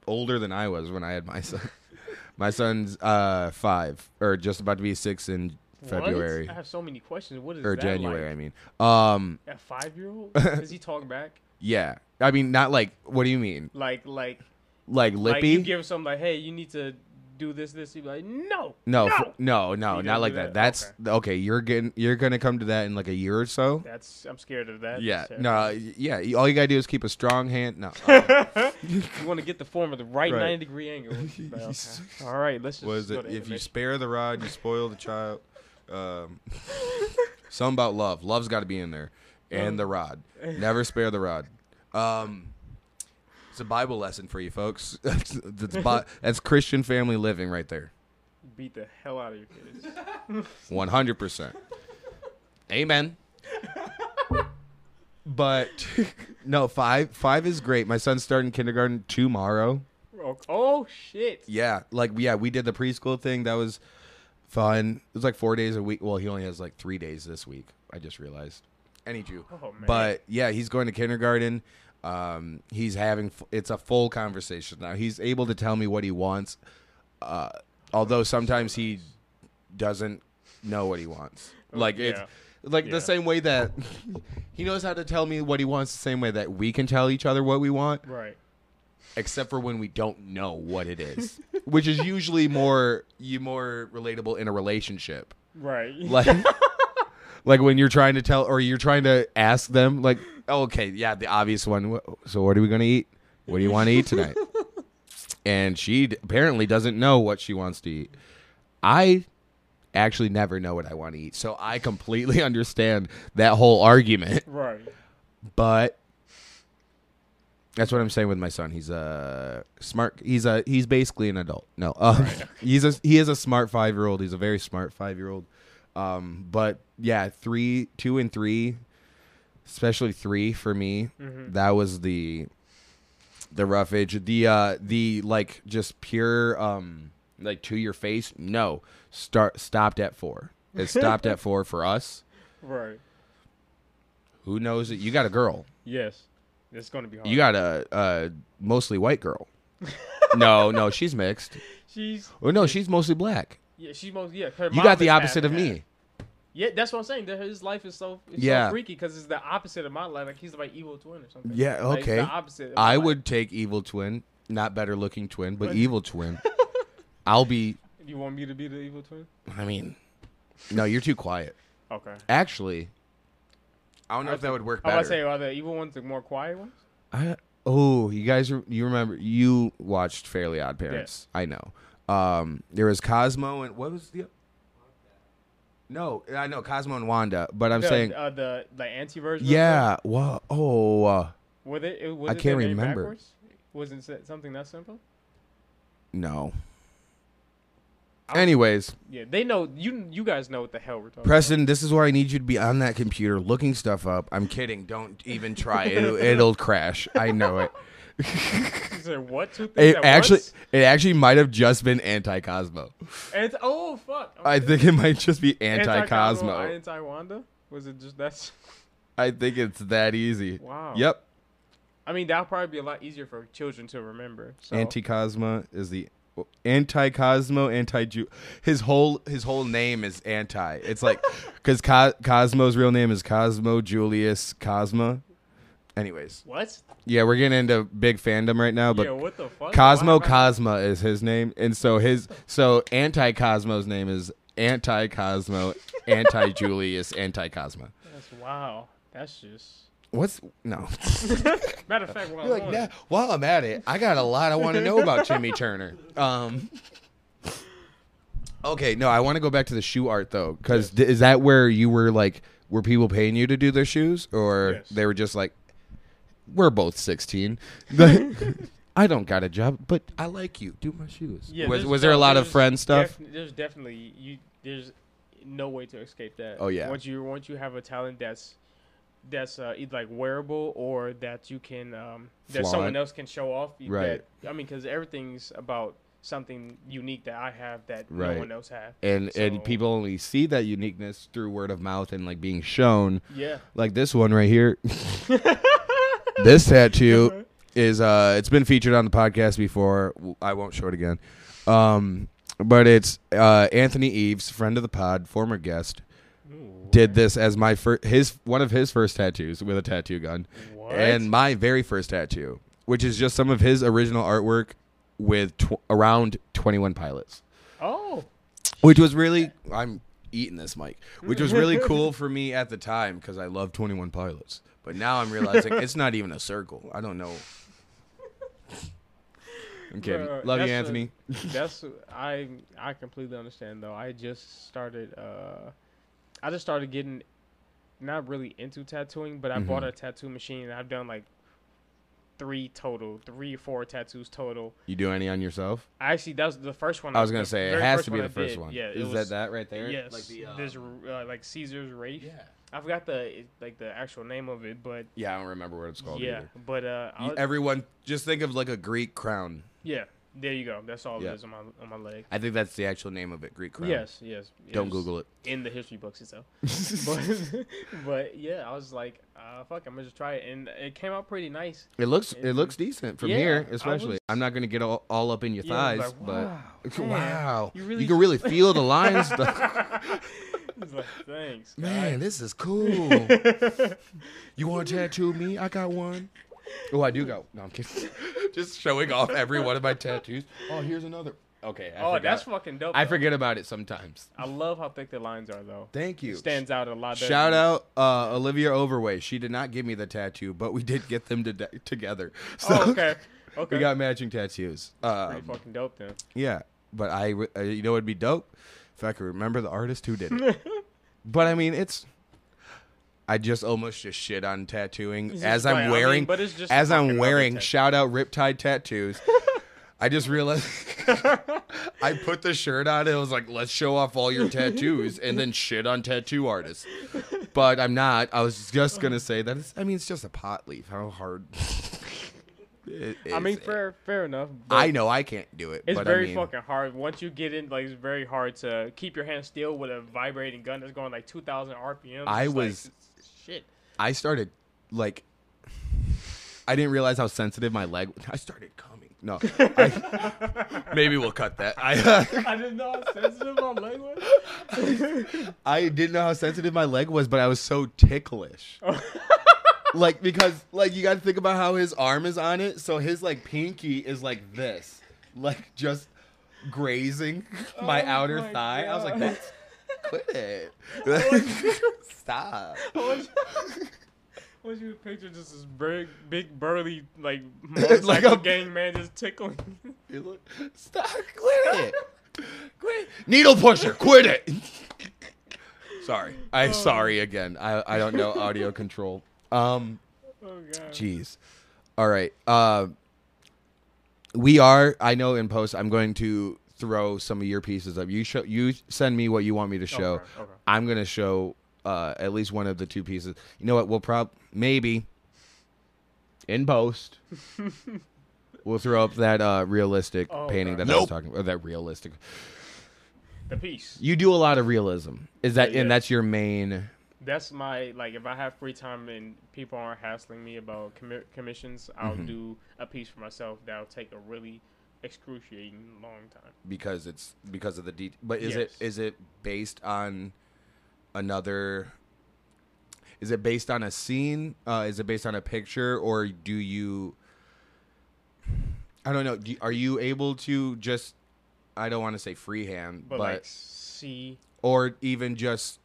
S2: older than I was when I had my son. my son's uh five or just about to be six in February
S3: What? I have so many questions. What is
S2: or
S3: that
S2: January. I
S3: Like?
S2: mean, um,
S3: A five year old? Does he talk back?
S2: yeah. I mean, not like. What do you mean?
S3: Like like
S2: Like
S3: like you
S2: lippy?
S3: give him something like, hey, you need to do this this. He'd be like, no,
S2: no,
S3: no.
S2: f- no, no,
S3: You
S2: not
S3: don't
S2: like
S3: do
S2: that.
S3: that?
S2: That's okay. You're getting. You're gonna come to that in like a year or so.
S3: That's I'm scared of that.
S2: Yeah.
S3: So-
S2: No. y- Yeah. y- All you gotta do is keep a strong hand. No. uh,
S3: You want to get the form at the right,
S2: Right.
S3: 90 degree angle. But okay. All right, let's just
S2: was
S3: go
S2: it
S3: to
S2: if you
S3: animation.
S2: spare the rod, you spoil the child? Um, something about love. Love's got to be in there, and the rod. Never spare the rod. Um, it's a Bible lesson for you folks. that's, that's, Bi- that's Christian family living right there,
S3: beat the hell out of your kids?
S2: one hundred percent. Amen. But no, five five is great. My son's starting kindergarten tomorrow.
S3: Oh, oh shit!
S2: Yeah, like yeah, we did the preschool thing. That was fun. It was like four days a week. Well, he only has like three days this week. I just realized. Any Jew,
S3: Oh, man.
S2: but yeah, he's going to kindergarten. Um, he's having f- it's a full conversation now. He's able to tell me what he wants, uh, although sometimes he doesn't know what he wants. Like it's
S3: Oh, yeah.
S2: like
S3: Yeah.
S2: the same way that he knows how to tell me what he wants. The same way that we can tell each other what we want
S3: Right.
S2: except for when we don't know what it is, which is usually more you more relatable in a relationship.
S3: Right.
S2: Like like when you're trying to tell or you're trying to ask them like, oh, "Okay, yeah, the obvious one. wh- So what are we going to eat? What do you want to eat tonight?" And she d- apparently doesn't know what she wants to eat. I actually never know what I want to eat. So I completely understand that whole argument
S3: right.
S2: but that's what I'm saying with my son. He's a smart. He's a he's basically an adult. No, um, he's a he is a smart five year old. He's a very smart five year old. Um, but yeah, three, two, and three, especially three for me. That was the the rough age. The uh the like just pure um like to your face. No, start stopped at four. It stopped at four for us.
S3: Right.
S2: Who knows it? You got a girl.
S3: Yes. It's gonna be hard.
S2: You got a, a mostly white girl. no, no, she's mixed.
S3: she's
S2: Or no, she's mostly black.
S3: yeah. She's most yeah. her
S2: You
S3: mom
S2: got the
S3: is half
S2: opposite of
S3: and half.
S2: me.
S3: Yeah, that's what I'm saying. That his life is so it's
S2: Yeah.
S3: so freaky because it's the opposite of my life. Like he's like evil twin or something.
S2: Yeah,
S3: Like, it's
S2: okay.
S3: the opposite. of my
S2: I
S3: life.
S2: would take evil twin not better looking twin, but evil twin. I'll be.
S3: You want me to be the evil twin?
S2: I mean, no, you're too quiet.
S3: Okay.
S2: Actually, I don't know if that would work
S3: I
S2: better.
S3: would say are the evil ones the more quiet ones?
S2: I, oh, you guys, re- you remember you watched Fairly Odd Parents? I know. Um, there was Cosmo and what was the? No, I know Cosmo and Wanda, but I'm
S3: the,
S2: saying
S3: uh, the the anti version.
S2: yeah. Whoa, oh, uh,
S3: Were they, it, was
S2: I
S3: it
S2: can't
S3: their name
S2: remember.
S3: Backwards? Wasn't it something that simple?
S2: no.
S3: I-
S2: Anyways,
S3: Yeah, they know. You you guys know what the hell we're talking.
S2: Preston, this is where I need you to be on that computer looking stuff up. I'm kidding. Don't even try it. It'll, it'll crash. I know it.
S3: about. Is there what two things
S2: It
S3: at
S2: actually,
S3: once?
S2: it actually might have just been anti Cosmo.
S3: And it's, oh fuck!
S2: I think it might just be anti Cosmo.
S3: Anti Wanda. Was it just that's?
S2: I think it's that easy.
S3: Wow.
S2: Yep.
S3: I mean, that'll probably be a lot easier for children to remember. So.
S2: Anti Cosmo is the anti Cosmo anti Jew. His whole his whole name is anti. It's like because Co- Cosmo's real name is Cosmo Julius Cosma. Anyways,
S3: What?
S2: yeah, we're getting into big fandom right now, but
S3: yeah. What the fuck?
S2: Cosmo
S3: Why am I-
S2: Cosma is his name, and so his so anti Cosmo's name is anti Cosmo anti Julius anti Cosma.
S3: That's wow. That's just.
S2: What's no?
S3: Matter of fact, what I
S2: You're like,
S3: wanted.
S2: "Nah, while I'm at it, I got a lot I want to know about Timmy Turner. Um, okay, no, I want to go back to the shoe art though, because is that where you were like, were people paying you to do their shoes, or
S3: Yes.
S2: they were just like, we're both sixteen. I don't got a job, but I like you. Do my shoes.
S3: Yeah,
S2: was
S3: there's-
S2: was there a
S3: no,
S2: lot of
S3: there's
S2: friend stuff?
S3: defin- there's definitely you. There's no way to escape that.
S2: Oh, yeah.
S3: Once you once you have a talent that's that's uh, either like wearable or that you can um, that
S2: Flaunt.
S3: someone else can show off. you-
S2: Right.
S3: that- I mean, because everything's about something unique that I have that
S2: Right.
S3: no one else have.
S2: and
S3: So-
S2: and people only see that uniqueness through word of mouth and like being shown.
S3: Yeah.
S2: like this one right here. this tattoo is uh it's been featured on the podcast before. W- I won't show it again. Um but it's uh Anthony Eves, friend of the pod, former guest, did this as my first his one of his first tattoos with a tattoo gun.
S3: What?
S2: And my very first tattoo, which is just some of his original artwork with tw- around 21 pilots
S3: Oh.
S2: which was really I'm eating this mic, which was really cool for me at the time because I love Twenty One Pilots. But now I'm realizing it's not even a circle. I don't know. I'm kidding.
S3: Bruh,
S2: love you,
S3: that's a-
S2: Anthony.
S3: that's I I completely understand though. I just started uh I just started getting not really into tattooing, but I bought
S2: Mm-hmm.
S3: a tattoo machine and I've done like three total, three or four tattoos total.
S2: You do any on yourself?
S3: Actually, that was the first one.
S2: I was gonna
S3: the
S2: say it
S3: very
S2: has
S3: first
S2: to be
S3: one
S2: the
S3: I
S2: first
S3: did.
S2: one.
S3: Yeah, it
S2: is
S3: was,
S2: that that right there?
S3: Yes,
S2: Like the, uh,
S3: this uh, like Caesar's Wraith.
S2: yeah.
S3: I forgot the like the actual name of it, but
S2: Yeah, I don't remember what it's called.
S3: yeah,
S2: either.
S3: but uh, I
S2: You-
S3: was-
S2: everyone, just think of like a Greek crown.
S3: yeah, there you go. That's all
S2: Yeah.
S3: it is on my on my leg.
S2: I think that's the actual name of it, Greek crown.
S3: Yes, yes.
S2: Don't
S3: is
S2: Google it.
S3: In the history books itself. but, but yeah, I was like, uh, fuck, I'm gonna just try it, and it came out pretty nice.
S2: It looks it looks decent from
S3: Yeah,
S2: here,
S3: I
S2: especially.
S3: was-
S2: I'm not gonna get all, all up in your
S3: Yeah, I was
S2: thighs,
S3: like,
S2: but wow,
S3: wow, man,
S2: you,
S3: you really-
S2: can really feel the lines. though.
S3: It's like, thanks,
S2: Man,
S3: man.
S2: this is cool. you want to tattoo me? I got one. Oh, I do got. No, I'm kidding. Just showing off every one of my tattoos. Oh, here's another. Okay. I
S3: Oh,
S2: forgot.
S3: that's fucking dope.
S2: I
S3: though.
S2: forget about it sometimes.
S3: I love how thick the lines are, though.
S2: Thank you.
S3: It stands out a lot. better
S2: Shout
S3: than-
S2: out uh, Olivia Overway. She did not give me the tattoo, but we did get them to together. So
S3: Oh, okay. Okay.
S2: we got matching tattoos.
S3: pretty
S2: Um,
S3: fucking dope then.
S2: Yeah, but I, re- uh, you know, it'd be dope if I could remember the artist who did it. but I mean, it's. I just almost just shit on tattooing
S3: It's
S2: as
S3: just
S2: I'm
S3: like, I mean,
S2: wearing.
S3: but it's just
S2: as
S3: fucking
S2: I'm
S3: other
S2: wearing,
S3: tattoos.
S2: shout out Riptide Tattoos. I just realized I put the shirt on and it was like, let's show off all your tattoos and then shit on tattoo artists. But I'm not. I was just gonna say that. It's, I mean, it's just a pot leaf. How hard? it
S3: I mean,
S2: is.
S3: fair, fair enough. but
S2: I know I can't do it.
S3: It's
S2: but
S3: very
S2: I mean,
S3: fucking hard. Once you get in, like, it's very hard to keep your hand still with a vibrating gun that's going like 2,000 RPM.
S2: I
S3: It's
S2: was-
S3: like, shit.
S2: I started like I didn't realize how sensitive my leg. I started coming. No, I, maybe we'll cut that. I
S3: I didn't know how sensitive my leg was.
S2: I didn't know how sensitive my leg was, but I was so ticklish. like because like you got to think about how his arm is on it. So his like pinky is like this, like just grazing my
S3: Oh
S2: outer
S3: my
S2: thigh. I was like,
S3: God.
S2: that's quit it, stop.
S3: What you picture just this big, big burly like motorcycle
S2: a-
S3: gang man just tickling?
S2: You look- Stop, quit it, quit. Needle pusher, quit it. sorry,
S3: Oh.
S2: I sorry again. I I don't know audio control. Um.
S3: oh god.
S2: Jeez. All right. Uh, we are. I know in post. I'm going to throw some of your pieces up. You show. You send me what you want me to show.
S3: Okay, okay.
S2: I'm gonna show uh, at least one of the two pieces. You know what? We'll prob maybe in post. we'll throw up that uh, realistic
S3: Oh,
S2: painting
S3: okay.
S2: that I was talking about. That realistic.
S3: The piece.
S2: You do a lot of realism. Is that
S3: Yeah.
S2: and that's your main?
S3: That's my like. If I have free time and people aren't hassling me about commi- commissions, I'll
S2: Mm-hmm.
S3: do a piece for myself that'll take a really excruciating long time.
S2: because it's because of the detail. But is
S3: Yes.
S2: it is it based on another? Is it based on a scene? Uh, is it based on a picture, or do you? I don't know. Do, are you able to just? I don't want to say freehand,
S3: But,
S2: but,
S3: like, see,
S2: or even just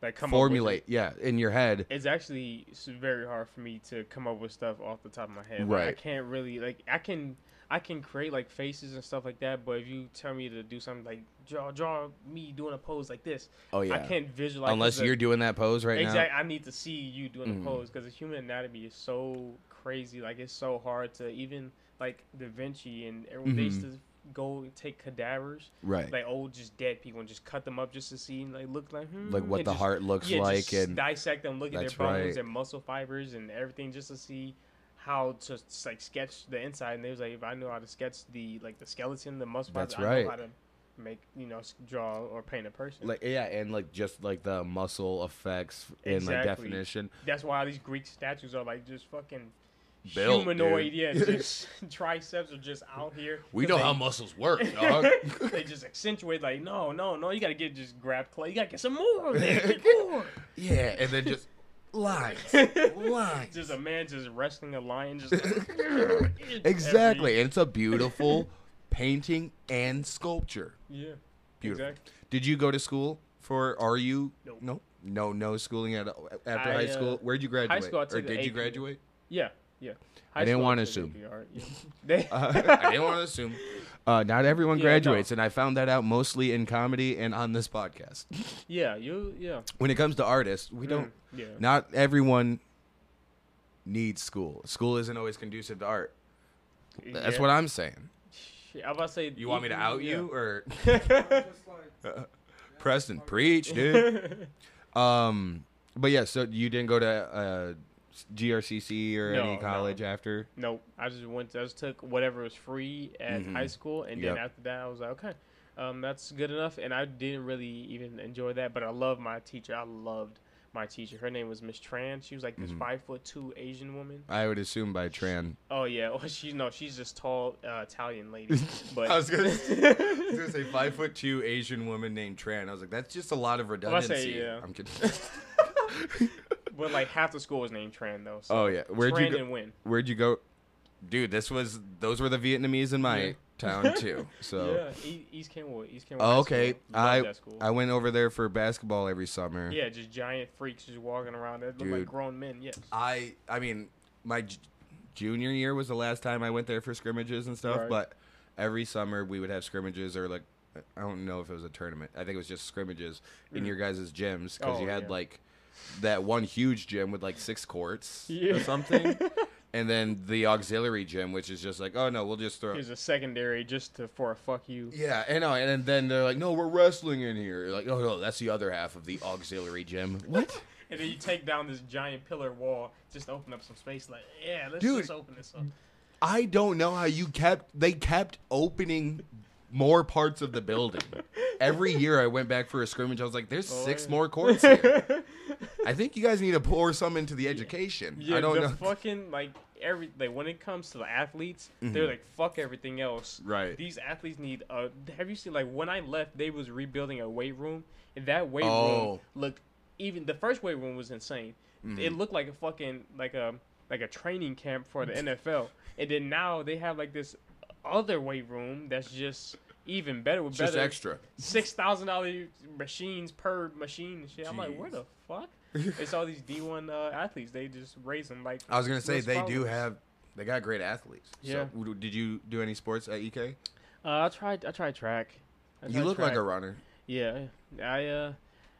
S3: like come up with it.
S2: formulate. Yeah, in your head.
S3: It's actually s- very hard for me to come up with stuff off the top of my head. Like, I
S2: Right.
S3: can't really like I can I can create like faces and stuff like that, but if you tell me to do something like draw draw me doing a pose like this,
S2: Oh,
S3: I
S2: yeah.
S3: can't visualize.
S2: Unless
S3: the-
S2: you're doing that pose right
S3: exactly, I need to see you doing
S2: Mm-hmm.
S3: the pose because the human anatomy is so crazy. Like it's so hard to even like Da Vinci and everyone they
S2: Mm-hmm.
S3: used to go and take cadavers,
S2: Right.
S3: Like old, just dead people and just cut them up just to see and like look like hmm,
S2: now, like what
S3: and
S2: the
S3: just-
S2: heart looks
S3: yeah,
S2: like,
S3: just
S2: and
S3: dissect them, look at their
S2: That's
S3: bones
S2: right.
S3: and muscle fibers and everything, just to see how to s- like sketch the inside. And they was like, if I knew how to sketch the like the skeleton, the muscle fibers,
S2: That's
S3: I
S2: right.
S3: know how to make you know s- draw or paint a person.
S2: like yeah, and like just like the muscle effects and like
S3: Exactly.
S2: definition.
S3: That's why these Greek statues are like just fucking
S2: Built,
S3: humanoid.
S2: dude.
S3: Yeah, just triceps are just out here.
S2: We
S3: 'cause
S2: know
S3: they-
S2: how muscles work, dog.
S3: they just accentuate like no, no, no. You gotta get just grab clay. You gotta get some more. Of that. Get more.
S2: yeah, and then just lines, lines.
S3: Just a man just wrestling a lion. Just like,
S2: Exactly, and it's a beautiful painting and sculpture.
S3: every- yeah.
S2: Beautiful.
S3: Exactly.
S2: Did you go to school for? Are you?
S3: Nope.
S2: No, no, no schooling at after
S3: I,
S2: high
S3: uh,
S2: school. Where'd you graduate?
S3: school, I
S2: or
S3: took the
S2: did you
S3: AP.
S2: graduate?
S3: Yeah. Yeah.
S2: I didn't
S3: school,
S2: wanna
S3: took
S2: assume.
S3: AP art, yeah. They-
S2: I didn't want to assume. Uh, not everyone
S3: Yeah, no.
S2: graduates, and I found that out mostly in comedy and on this podcast.
S3: yeah. You. Yeah.
S2: when it comes to artists,
S3: Hmm.
S2: we don't.
S3: yeah.
S2: Not everyone needs school. School isn't always conducive to art. That's
S3: yeah.
S2: what I'm saying.
S3: Shit, I'm about to say.
S2: You want me to
S3: yeah.
S2: out you or Preston preach, dude? Um, but yeah, so you didn't go to uh, GRCC or
S3: No,
S2: any
S3: no.
S2: college after?
S3: Nope. I just went. I just took whatever was free at high school, and
S2: Mm-hmm. Yep.
S3: then after that, I was like, okay, um, that's good enough. And I didn't really even enjoy that, but I love my teacher. I loved my teacher. Her name was Miss Tran. She was like this
S2: Mm-hmm.
S3: five foot two Asian woman.
S2: I would assume by Tran.
S3: Oh yeah. Oh, she no. She's just tall uh, Italian lady. But
S2: I was gonna say, I was gonna say five foot two Asian woman named Tran. I was like, that's just a lot of
S3: Oh, I say,
S2: redundancy.
S3: yeah.
S2: I'm kidding.
S3: but like half the school was named Tran though. So
S2: oh yeah, where'd
S3: Tran
S2: you go?
S3: didn't win.
S2: Where'd you go? Dude, this was those were the Vietnamese in my
S3: Yeah.
S2: town too. So
S3: Yeah, E- East Kenwood. East Kenwood. High
S2: Oh, okay.
S3: School. Loved
S2: I
S3: that school.
S2: I went over there for basketball every summer.
S3: yeah, just giant freaks just walking around. They look like
S2: Dude.
S3: grown men. Yes.
S2: I I mean, my j- junior year was the last time I went there for scrimmages and stuff,
S3: Right.
S2: but every summer we would have scrimmages or like I don't know if it was a tournament. I think it was just scrimmages in your guys' gyms cuz
S3: Mm. Oh,
S2: you had
S3: yeah.
S2: like that one huge gym with like six courts
S3: Yeah.
S2: or something. And then the auxiliary gym, which is just like, oh no, we'll just throw.
S3: Here's a secondary just to for a fuck you.
S2: Yeah, I know. And then they're like, no, we're wrestling in here. Like, oh no, that's the other half of the auxiliary gym. What?
S3: And then you take down this giant pillar wall just to open up some space. Like, yeah, let's
S2: Dude.
S3: just open this up.
S2: I don't know how you kept. They kept opening more parts of the building. Every year I went back for a scrimmage. I was like, "There's six
S3: Oh, yeah.
S2: more courts here." I think you guys need to pour some into the education.
S3: Yeah,
S2: I don't
S3: the
S2: know.
S3: fucking like every like when it comes to the athletes, they're like fuck everything else.
S2: Mm-hmm. Right.
S3: These athletes need a. Have you seen like when I left, they was rebuilding a weight room, and that weight room
S2: Oh. Mm-hmm.
S3: looked even the first weight room was insane. It looked like a fucking like a like a training camp for the NFL. And then now they have like this other weight room that's just even better with
S4: Just
S3: better
S4: extra.
S3: six thousand dollar machines per machine and shit. I'm like, where the fuck? it's all these D1 uh, athletes. They just raise them like.
S4: I was gonna say
S3: Let's
S4: they
S3: follow
S4: do
S3: this.
S4: have. They got great athletes.
S3: Yeah.
S4: So, w- did you do any sports at EK?
S3: Uh, I tried. I tried track. I
S4: You
S3: tried
S4: look like
S3: track.
S4: a runner.
S3: Yeah, I uh,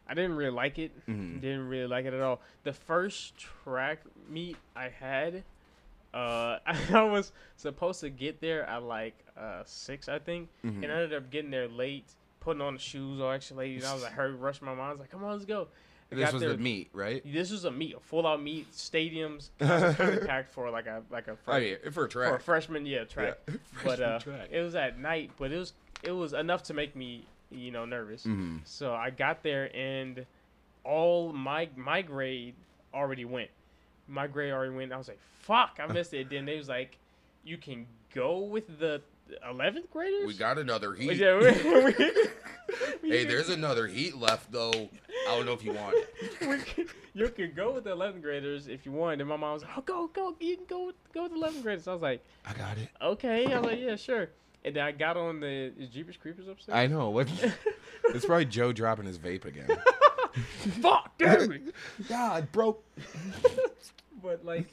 S3: I didn't really like it.
S4: Mm-hmm.
S3: Didn't really like it at all. The first track meet I had, uh, I was supposed to get there at like uh six, I think,
S4: Mm-hmm.
S3: and I ended up getting there late, putting on the shoes, all extra late. And I was like, hurry, rush my mind. I was like, come on, let's go. I
S4: This
S3: got
S4: was
S3: there-
S4: the meet, right?
S3: This was a meet, a full out meet. Stadiums kind of packed for like a like a
S4: Oh yeah, for
S3: for a
S4: track.
S3: freshman yeah track but
S4: Freshman
S3: uh
S4: track.
S3: it was at night but it was it was enough to make me you know nervous
S4: Mm. Mm-hmm.
S3: so i got there and all my my grade already went my grade already went i was like fuck i missed it then they was like you can go with the 11th graders
S4: We got another heat.
S3: Yeah, we- we- we
S4: Hey,
S3: can-
S4: there's another heat left though. I don't know if you want it.
S3: we can- you can go with the 11th graders if you want and my mom was like oh go go you can go with, go with the 11th graders i was like
S2: I got it.
S3: okay. I was like, yeah, sure. And then I got on the is Jeepers Creepers upstairs.
S4: I know. What? it's probably Joe dropping his vape again.
S3: Fuck, damn it.
S2: Yeah, it broke.
S3: But like,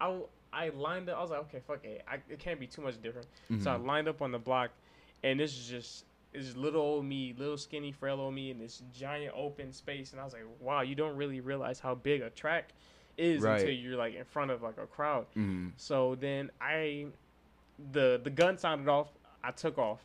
S3: I w- I lined up. I was like, okay, fuck it. I, it can't be too much different. So
S2: Mm-hmm.
S3: I lined up on the block, and this is just is little old me, little skinny frail old me in this giant open space. And I was like, wow, you don't really realize how big a track is
S2: Right. Mm.
S3: until you're like in front of like a crowd. So then I the the gun sounded off. I took off.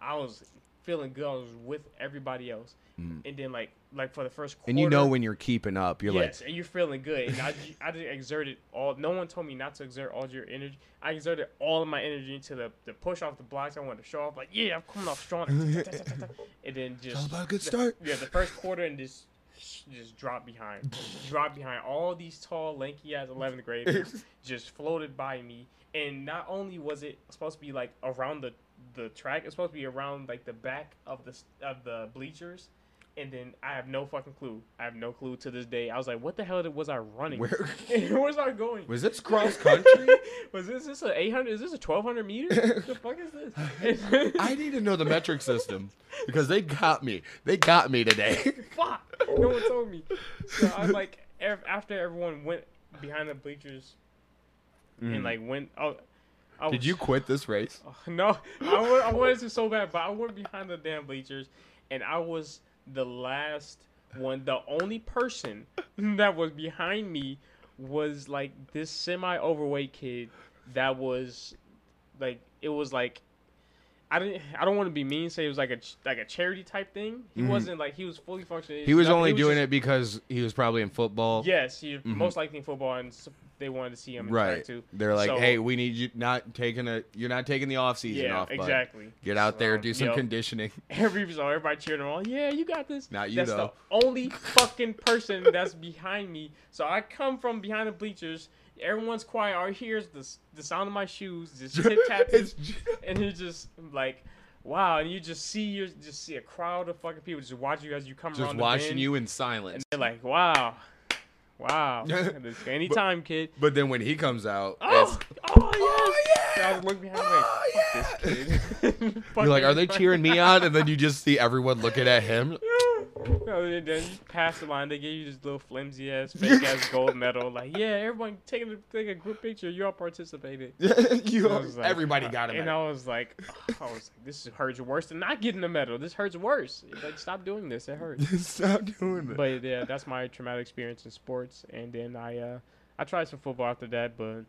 S3: I was feeling good. I was with everybody else. And then like like for the first quarter,
S2: Mm. And you know when you're keeping up, you're
S3: yes, and you're feeling good. And I ju- I just exerted all. No one told me not to exert all your energy. I exerted all of my energy into the the push off the blocks. I wanted to show off like yeah, I'm coming off strong. and then just
S2: like, about a good start.
S3: yeah, the first quarter and just just dropped behind, dropped behind all these tall, lanky ass 11th graders just floated by me. And not only was it supposed to be like around the the track, it's supposed to be around like the back of the s- of the bleachers. And then I have no fucking clue. I have no clue to this day. I was like, what the hell did- was I running?
S4: Where
S3: Where was I going?
S4: was this cross country?
S3: was this, this a 800? Is this a 1200 meter? the fuck is this?
S4: I need to know the metric system because they got me. They got me today.
S3: fuck. No one told me. So I was like, ev- after everyone went behind the bleachers
S2: Mm.
S3: and like went out. I
S4: Did
S3: was-
S4: you quit this race?
S3: Oh, No, I, wa- I wanted to so bad, but I went behind the damn bleachers, and I was the last one. The only person that was behind me was like this semi-overweight kid that was like it was like I didn't I don't want to be mean and say it was like a ch- like a charity type thing. He wasn't like he was fully functioning.
S2: Mm-hmm. He was
S3: Nothing.
S2: only doing
S3: just-
S2: it because he was probably in football.
S3: Yes, he most likely in football, and s- they wanted to see him in track,
S2: Mm-hmm. Right.
S3: too.
S2: They're like,
S3: So-
S2: hey, we need you not taking a. You're not taking the off season
S3: yeah,
S2: off. bud.
S3: exactly.
S2: Get out there,
S3: So,
S2: do some
S3: yep.
S2: conditioning.
S3: Every so everybody cheering him on. Yeah, you got this.
S2: Not you,
S3: That's
S2: though.
S3: the only fucking person that's behind me. So I come from behind the bleachers. Everyone's quiet. All I hear is the s- the sound of my shoes just tip tapping,
S4: It's j-
S3: and you're just like, wow. And you just see your just see a crowd of fucking people just watch you as you come
S4: just
S3: around. the
S4: watching
S3: bend,
S4: you in silence.
S3: and they're like, wow, wow. This- Anytime, kid.
S4: But then when he comes out,
S3: Oh,
S4: it's-
S3: oh, yes. I was looking behind
S4: Oh,
S3: like, fuck this kid.
S4: you're like, are they cheering me on? And then you just see everyone looking at him.
S3: No, then then you pass the line. They give you this little flimsy ass, fake ass gold medal. Like, yeah, everyone taking a, take a group picture. You all participated.
S4: you,
S3: I was like,
S4: everybody
S3: uh,
S4: got him.
S3: And I was like, oh, I was like, this hurts worse than not getting a medal. This hurts worse. Like, stop doing this. It hurts.
S4: Stop doing that.
S3: But yeah, that's my traumatic experience in sports. And then I, uh, I tried some football after that, but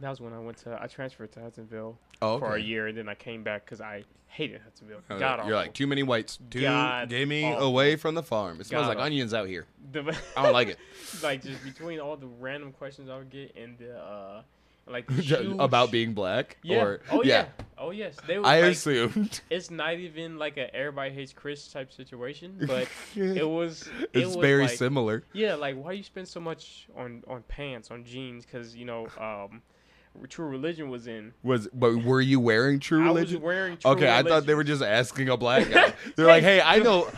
S3: that was when I went to I transferred to Hudsonville
S4: Oh,
S3: for a
S4: okay.
S3: year, and then I came back because I hated Hudsonville.
S4: Uh,
S3: God
S4: you're
S3: awful.
S4: like too many whites. Too
S3: God
S4: get me
S3: awful.
S4: away from the farm. It smells
S3: God
S4: like
S3: awful.
S4: onions out here.
S3: The-
S4: I don't like it.
S3: like just between all the random questions I would get and the uh like the
S4: Just
S3: huge-
S4: About being black.
S3: yeah.
S4: Or,
S3: oh yeah. oh yes they would
S4: I
S3: like,
S4: assumed
S3: it's not even like a everybody hates Chris type situation but it was it
S4: it's
S3: was
S4: very
S3: like,
S4: similar.
S3: yeah like why do you spend so much on on pants on jeans because you know um True Religion was in
S4: Was but were you wearing True
S3: I
S4: Religion?
S3: was wearing True
S4: okay, I thought they
S3: Religion.
S4: were just asking a black guy. They're like, hey, I know,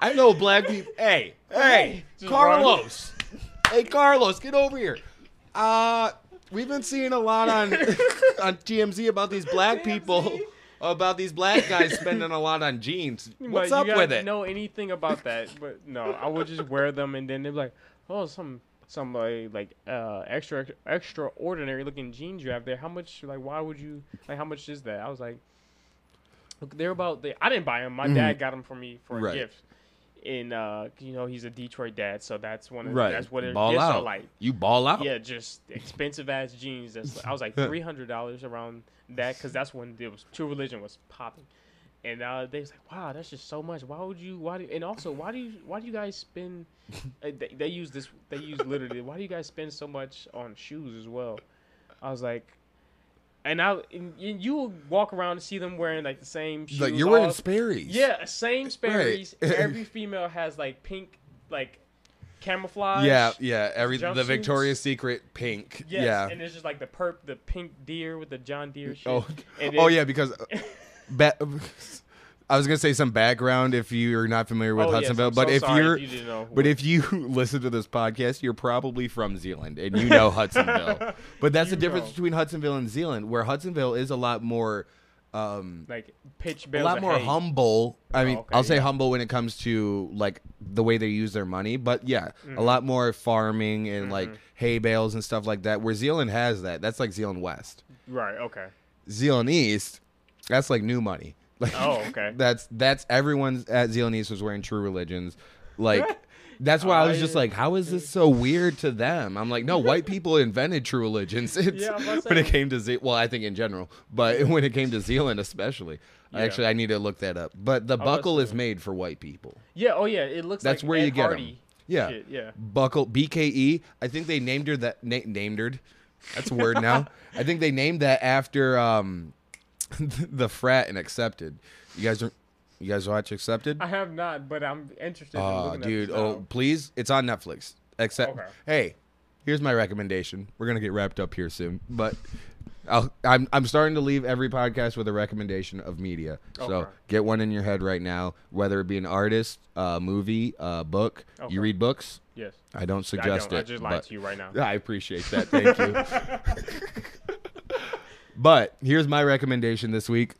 S4: I know black people. Hey, hey,
S3: Just run.
S4: Carlos,
S2: Hey, Carlos, get over here. Uh, we've been seeing a lot on on TMZ about these black people, about these black guys spending a lot on jeans. What's
S3: but
S2: up
S3: you
S2: with
S3: guys
S2: it?
S3: Know anything about that? But no, I would just wear them, and then they'd be like, "Oh, some some like like uh extra extraordinary looking jeans you have there. How much? Like, why would you? Like, how much is that?" I was like, "Look, they're about. They, I didn't buy them. My dad got them for me for a
S4: Right.
S3: gift." And uh, you know he's a Detroit dad, so that's one of
S4: Right.
S3: that's what their
S4: ball
S3: gifts
S4: out.
S3: are like.
S4: You ball out.
S3: Yeah, just expensive ass jeans. That's I was like three hundred dollars around that because that's when it was True Religion was popping, and uh, they was like, "Wow, that's just so much. Why would you? Why do? And also, why do you? Why do you guys spend? uh, they, they use this. They use literally. Why do you guys spend so much on shoes as well? I was like. And I, and you- you will walk around and see them wearing like the same shoes.
S4: Like you're wearing
S3: all-
S4: Sperry's.
S3: yeah, same Sperry's. Every female has like pink, like camouflage.
S2: yeah, yeah. Every the
S3: Jumpsuits?
S2: Victoria's Secret pink.
S3: Yes,
S2: yeah.
S3: and it's just like the perp, the pink deer with the John Deere shit.
S2: Oh,
S3: and
S2: oh
S3: it-
S2: yeah, because uh, ba- I was gonna say some background if you're not familiar with
S3: Oh, yes,
S2: Hudsonville,
S3: I'm
S2: but
S3: so
S2: if
S3: sorry
S2: you're
S3: you didn't know who
S2: but
S3: it-
S2: if you listen to this podcast, you're probably from Zealand and you know Hudsonville. But that's the
S3: You
S2: difference
S3: know.
S2: between Hudsonville and Zealand, where Hudsonville is a lot more. Um,
S3: like pitch
S2: a
S3: bales
S2: lot
S3: of
S2: more
S3: hay. Oh,
S2: humble. I mean,
S3: okay,
S2: I'll say
S3: yeah.
S2: humble when it comes to like the way they use their money, but yeah,
S3: Mm-hmm.
S2: a lot more farming and like hay bales and stuff like that. Where Zealand has that, that's like Zealand West.
S3: Right. Okay.
S2: Zealand East, that's like new money. Like,
S3: Oh, okay.
S2: that's that's everyone at Zealand East was wearing True Religions, like. That's why I was just
S3: I-
S2: like, how is this so weird to them? I'm like, no, white people invented true religions. It's,
S3: Yeah, I'm about to
S2: when it
S3: say.
S2: came to Ze- well, I think in general, but when it came to Zealand especially,
S3: Yeah.
S2: actually, I need to look that up. But the
S3: about
S2: buckle
S3: to
S2: is
S3: say.
S2: made for white people.
S3: Yeah. Oh yeah. It looks.
S2: That's
S3: like
S2: where
S3: Ed
S2: you get 'em.
S3: Hardy
S2: Yeah.
S3: Shit, yeah.
S2: Buckle BKE. I think they named her that na- named her. That's a word now. I think they named that after um, the frat and accepted. You guys are, you guys watch accepted?
S3: I have not, but I'm interested. in
S2: Oh,
S3: looking
S2: dude.
S3: At this
S2: Oh,
S3: now.
S2: please. It's on Netflix. Except,
S3: Okay.
S2: hey, here's my recommendation. We're gonna get wrapped up here soon, but I'll, I'm I'm starting to leave every podcast with a recommendation of media. So
S3: Okay.
S2: get one in your head right now, whether it be an artist, a movie, a book.
S3: Okay.
S2: You read books.
S3: Yes.
S2: I don't
S3: I don't.
S2: suggest it.
S3: I just lied
S2: but-
S3: to you right now.
S2: I appreciate that. Thank you. but here's my recommendation this week.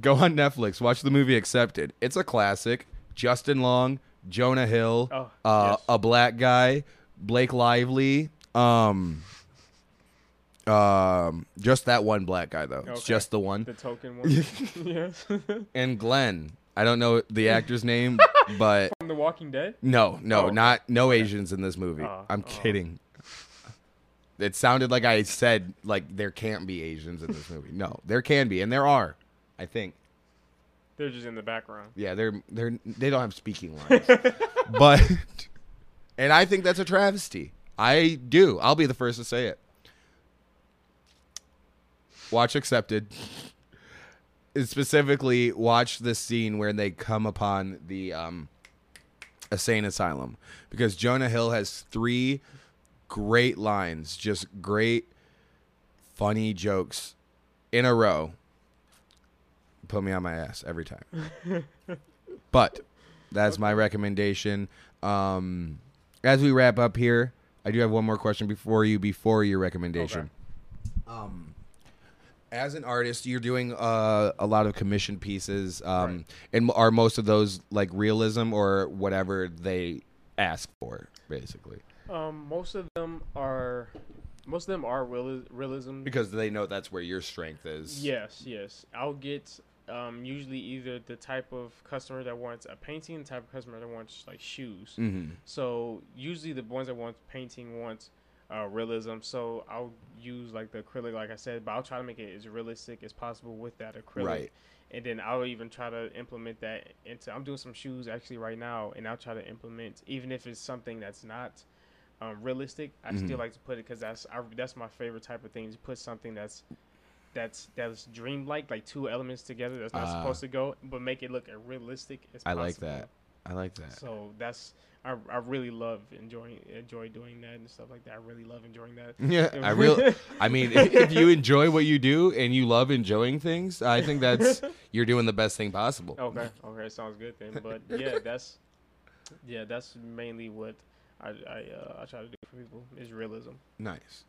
S2: Go on Netflix, watch the movie Accepted. It's a classic. Justin Long, Jonah Hill,
S3: Oh,
S2: uh,
S3: yes.
S2: a black guy, Blake Lively, um um just that one black guy though. It's
S3: Okay.
S2: just the one.
S3: The token one. yes. From
S2: And Glenn. I don't know the actor's name, but
S3: The Walking Dead.
S2: no,
S3: Oh,
S2: no,
S3: okay.
S2: not no Asians in this movie.
S3: Oh,
S2: I'm
S3: oh.
S2: kidding. It sounded like I said like there can't be Asians in this movie. No, there can be, and there are. I think.
S3: They're just in the background.
S2: Yeah, they're they're they don't have speaking lines, but and I think that's a travesty. I do. I'll be the first to say it. Watch accepted. Specifically, watch this scene where they come upon the um, insane asylum because Jonah Hill has three great lines, just great, funny jokes in a row. Put me on my ass every time. But that's my recommendation. Um, as we wrap up here, I do have one more question before you before your recommendation. Um, as an artist, you're doing uh, a lot of commission pieces, um, and are most of those like realism or whatever they ask for, basically,
S3: Um, most of them are, most of them are reali- realism.
S2: because they know that's where your strength is.
S3: Yes, yes. I'll get um, usually either the type of customer that wants a painting, the type of customer that wants like shoes.
S2: Mm-hmm.
S3: So usually the ones that want painting want uh, realism. So I'll use like the acrylic, like I said, but I'll try to make it as realistic as possible with that acrylic.
S2: Right.
S3: And then I'll even try to implement that into. I'm doing some shoes actually right now, and I'll try to implement even if it's something that's not um, realistic. I
S2: Mm-hmm.
S3: still like to put it because that's I, that's my favorite type of thing. Is put something that's that's that's dreamlike, like two elements together that's not
S2: Ah.
S3: supposed to go, but make it look as realistic as
S2: I
S3: possible.
S2: like that. I like that.
S3: So that's I, I really love enjoying enjoy doing that and stuff like that. I really love enjoying that.
S2: Yeah, Mm, I real. I mean, if you enjoy what you do and you love enjoying things, I think that's you're doing the best thing
S3: Oh.
S2: possible.
S3: Okay, okay, sounds good then. But yeah, that's yeah, that's mainly what I I, uh, I try to do for people is realism.
S2: Nice.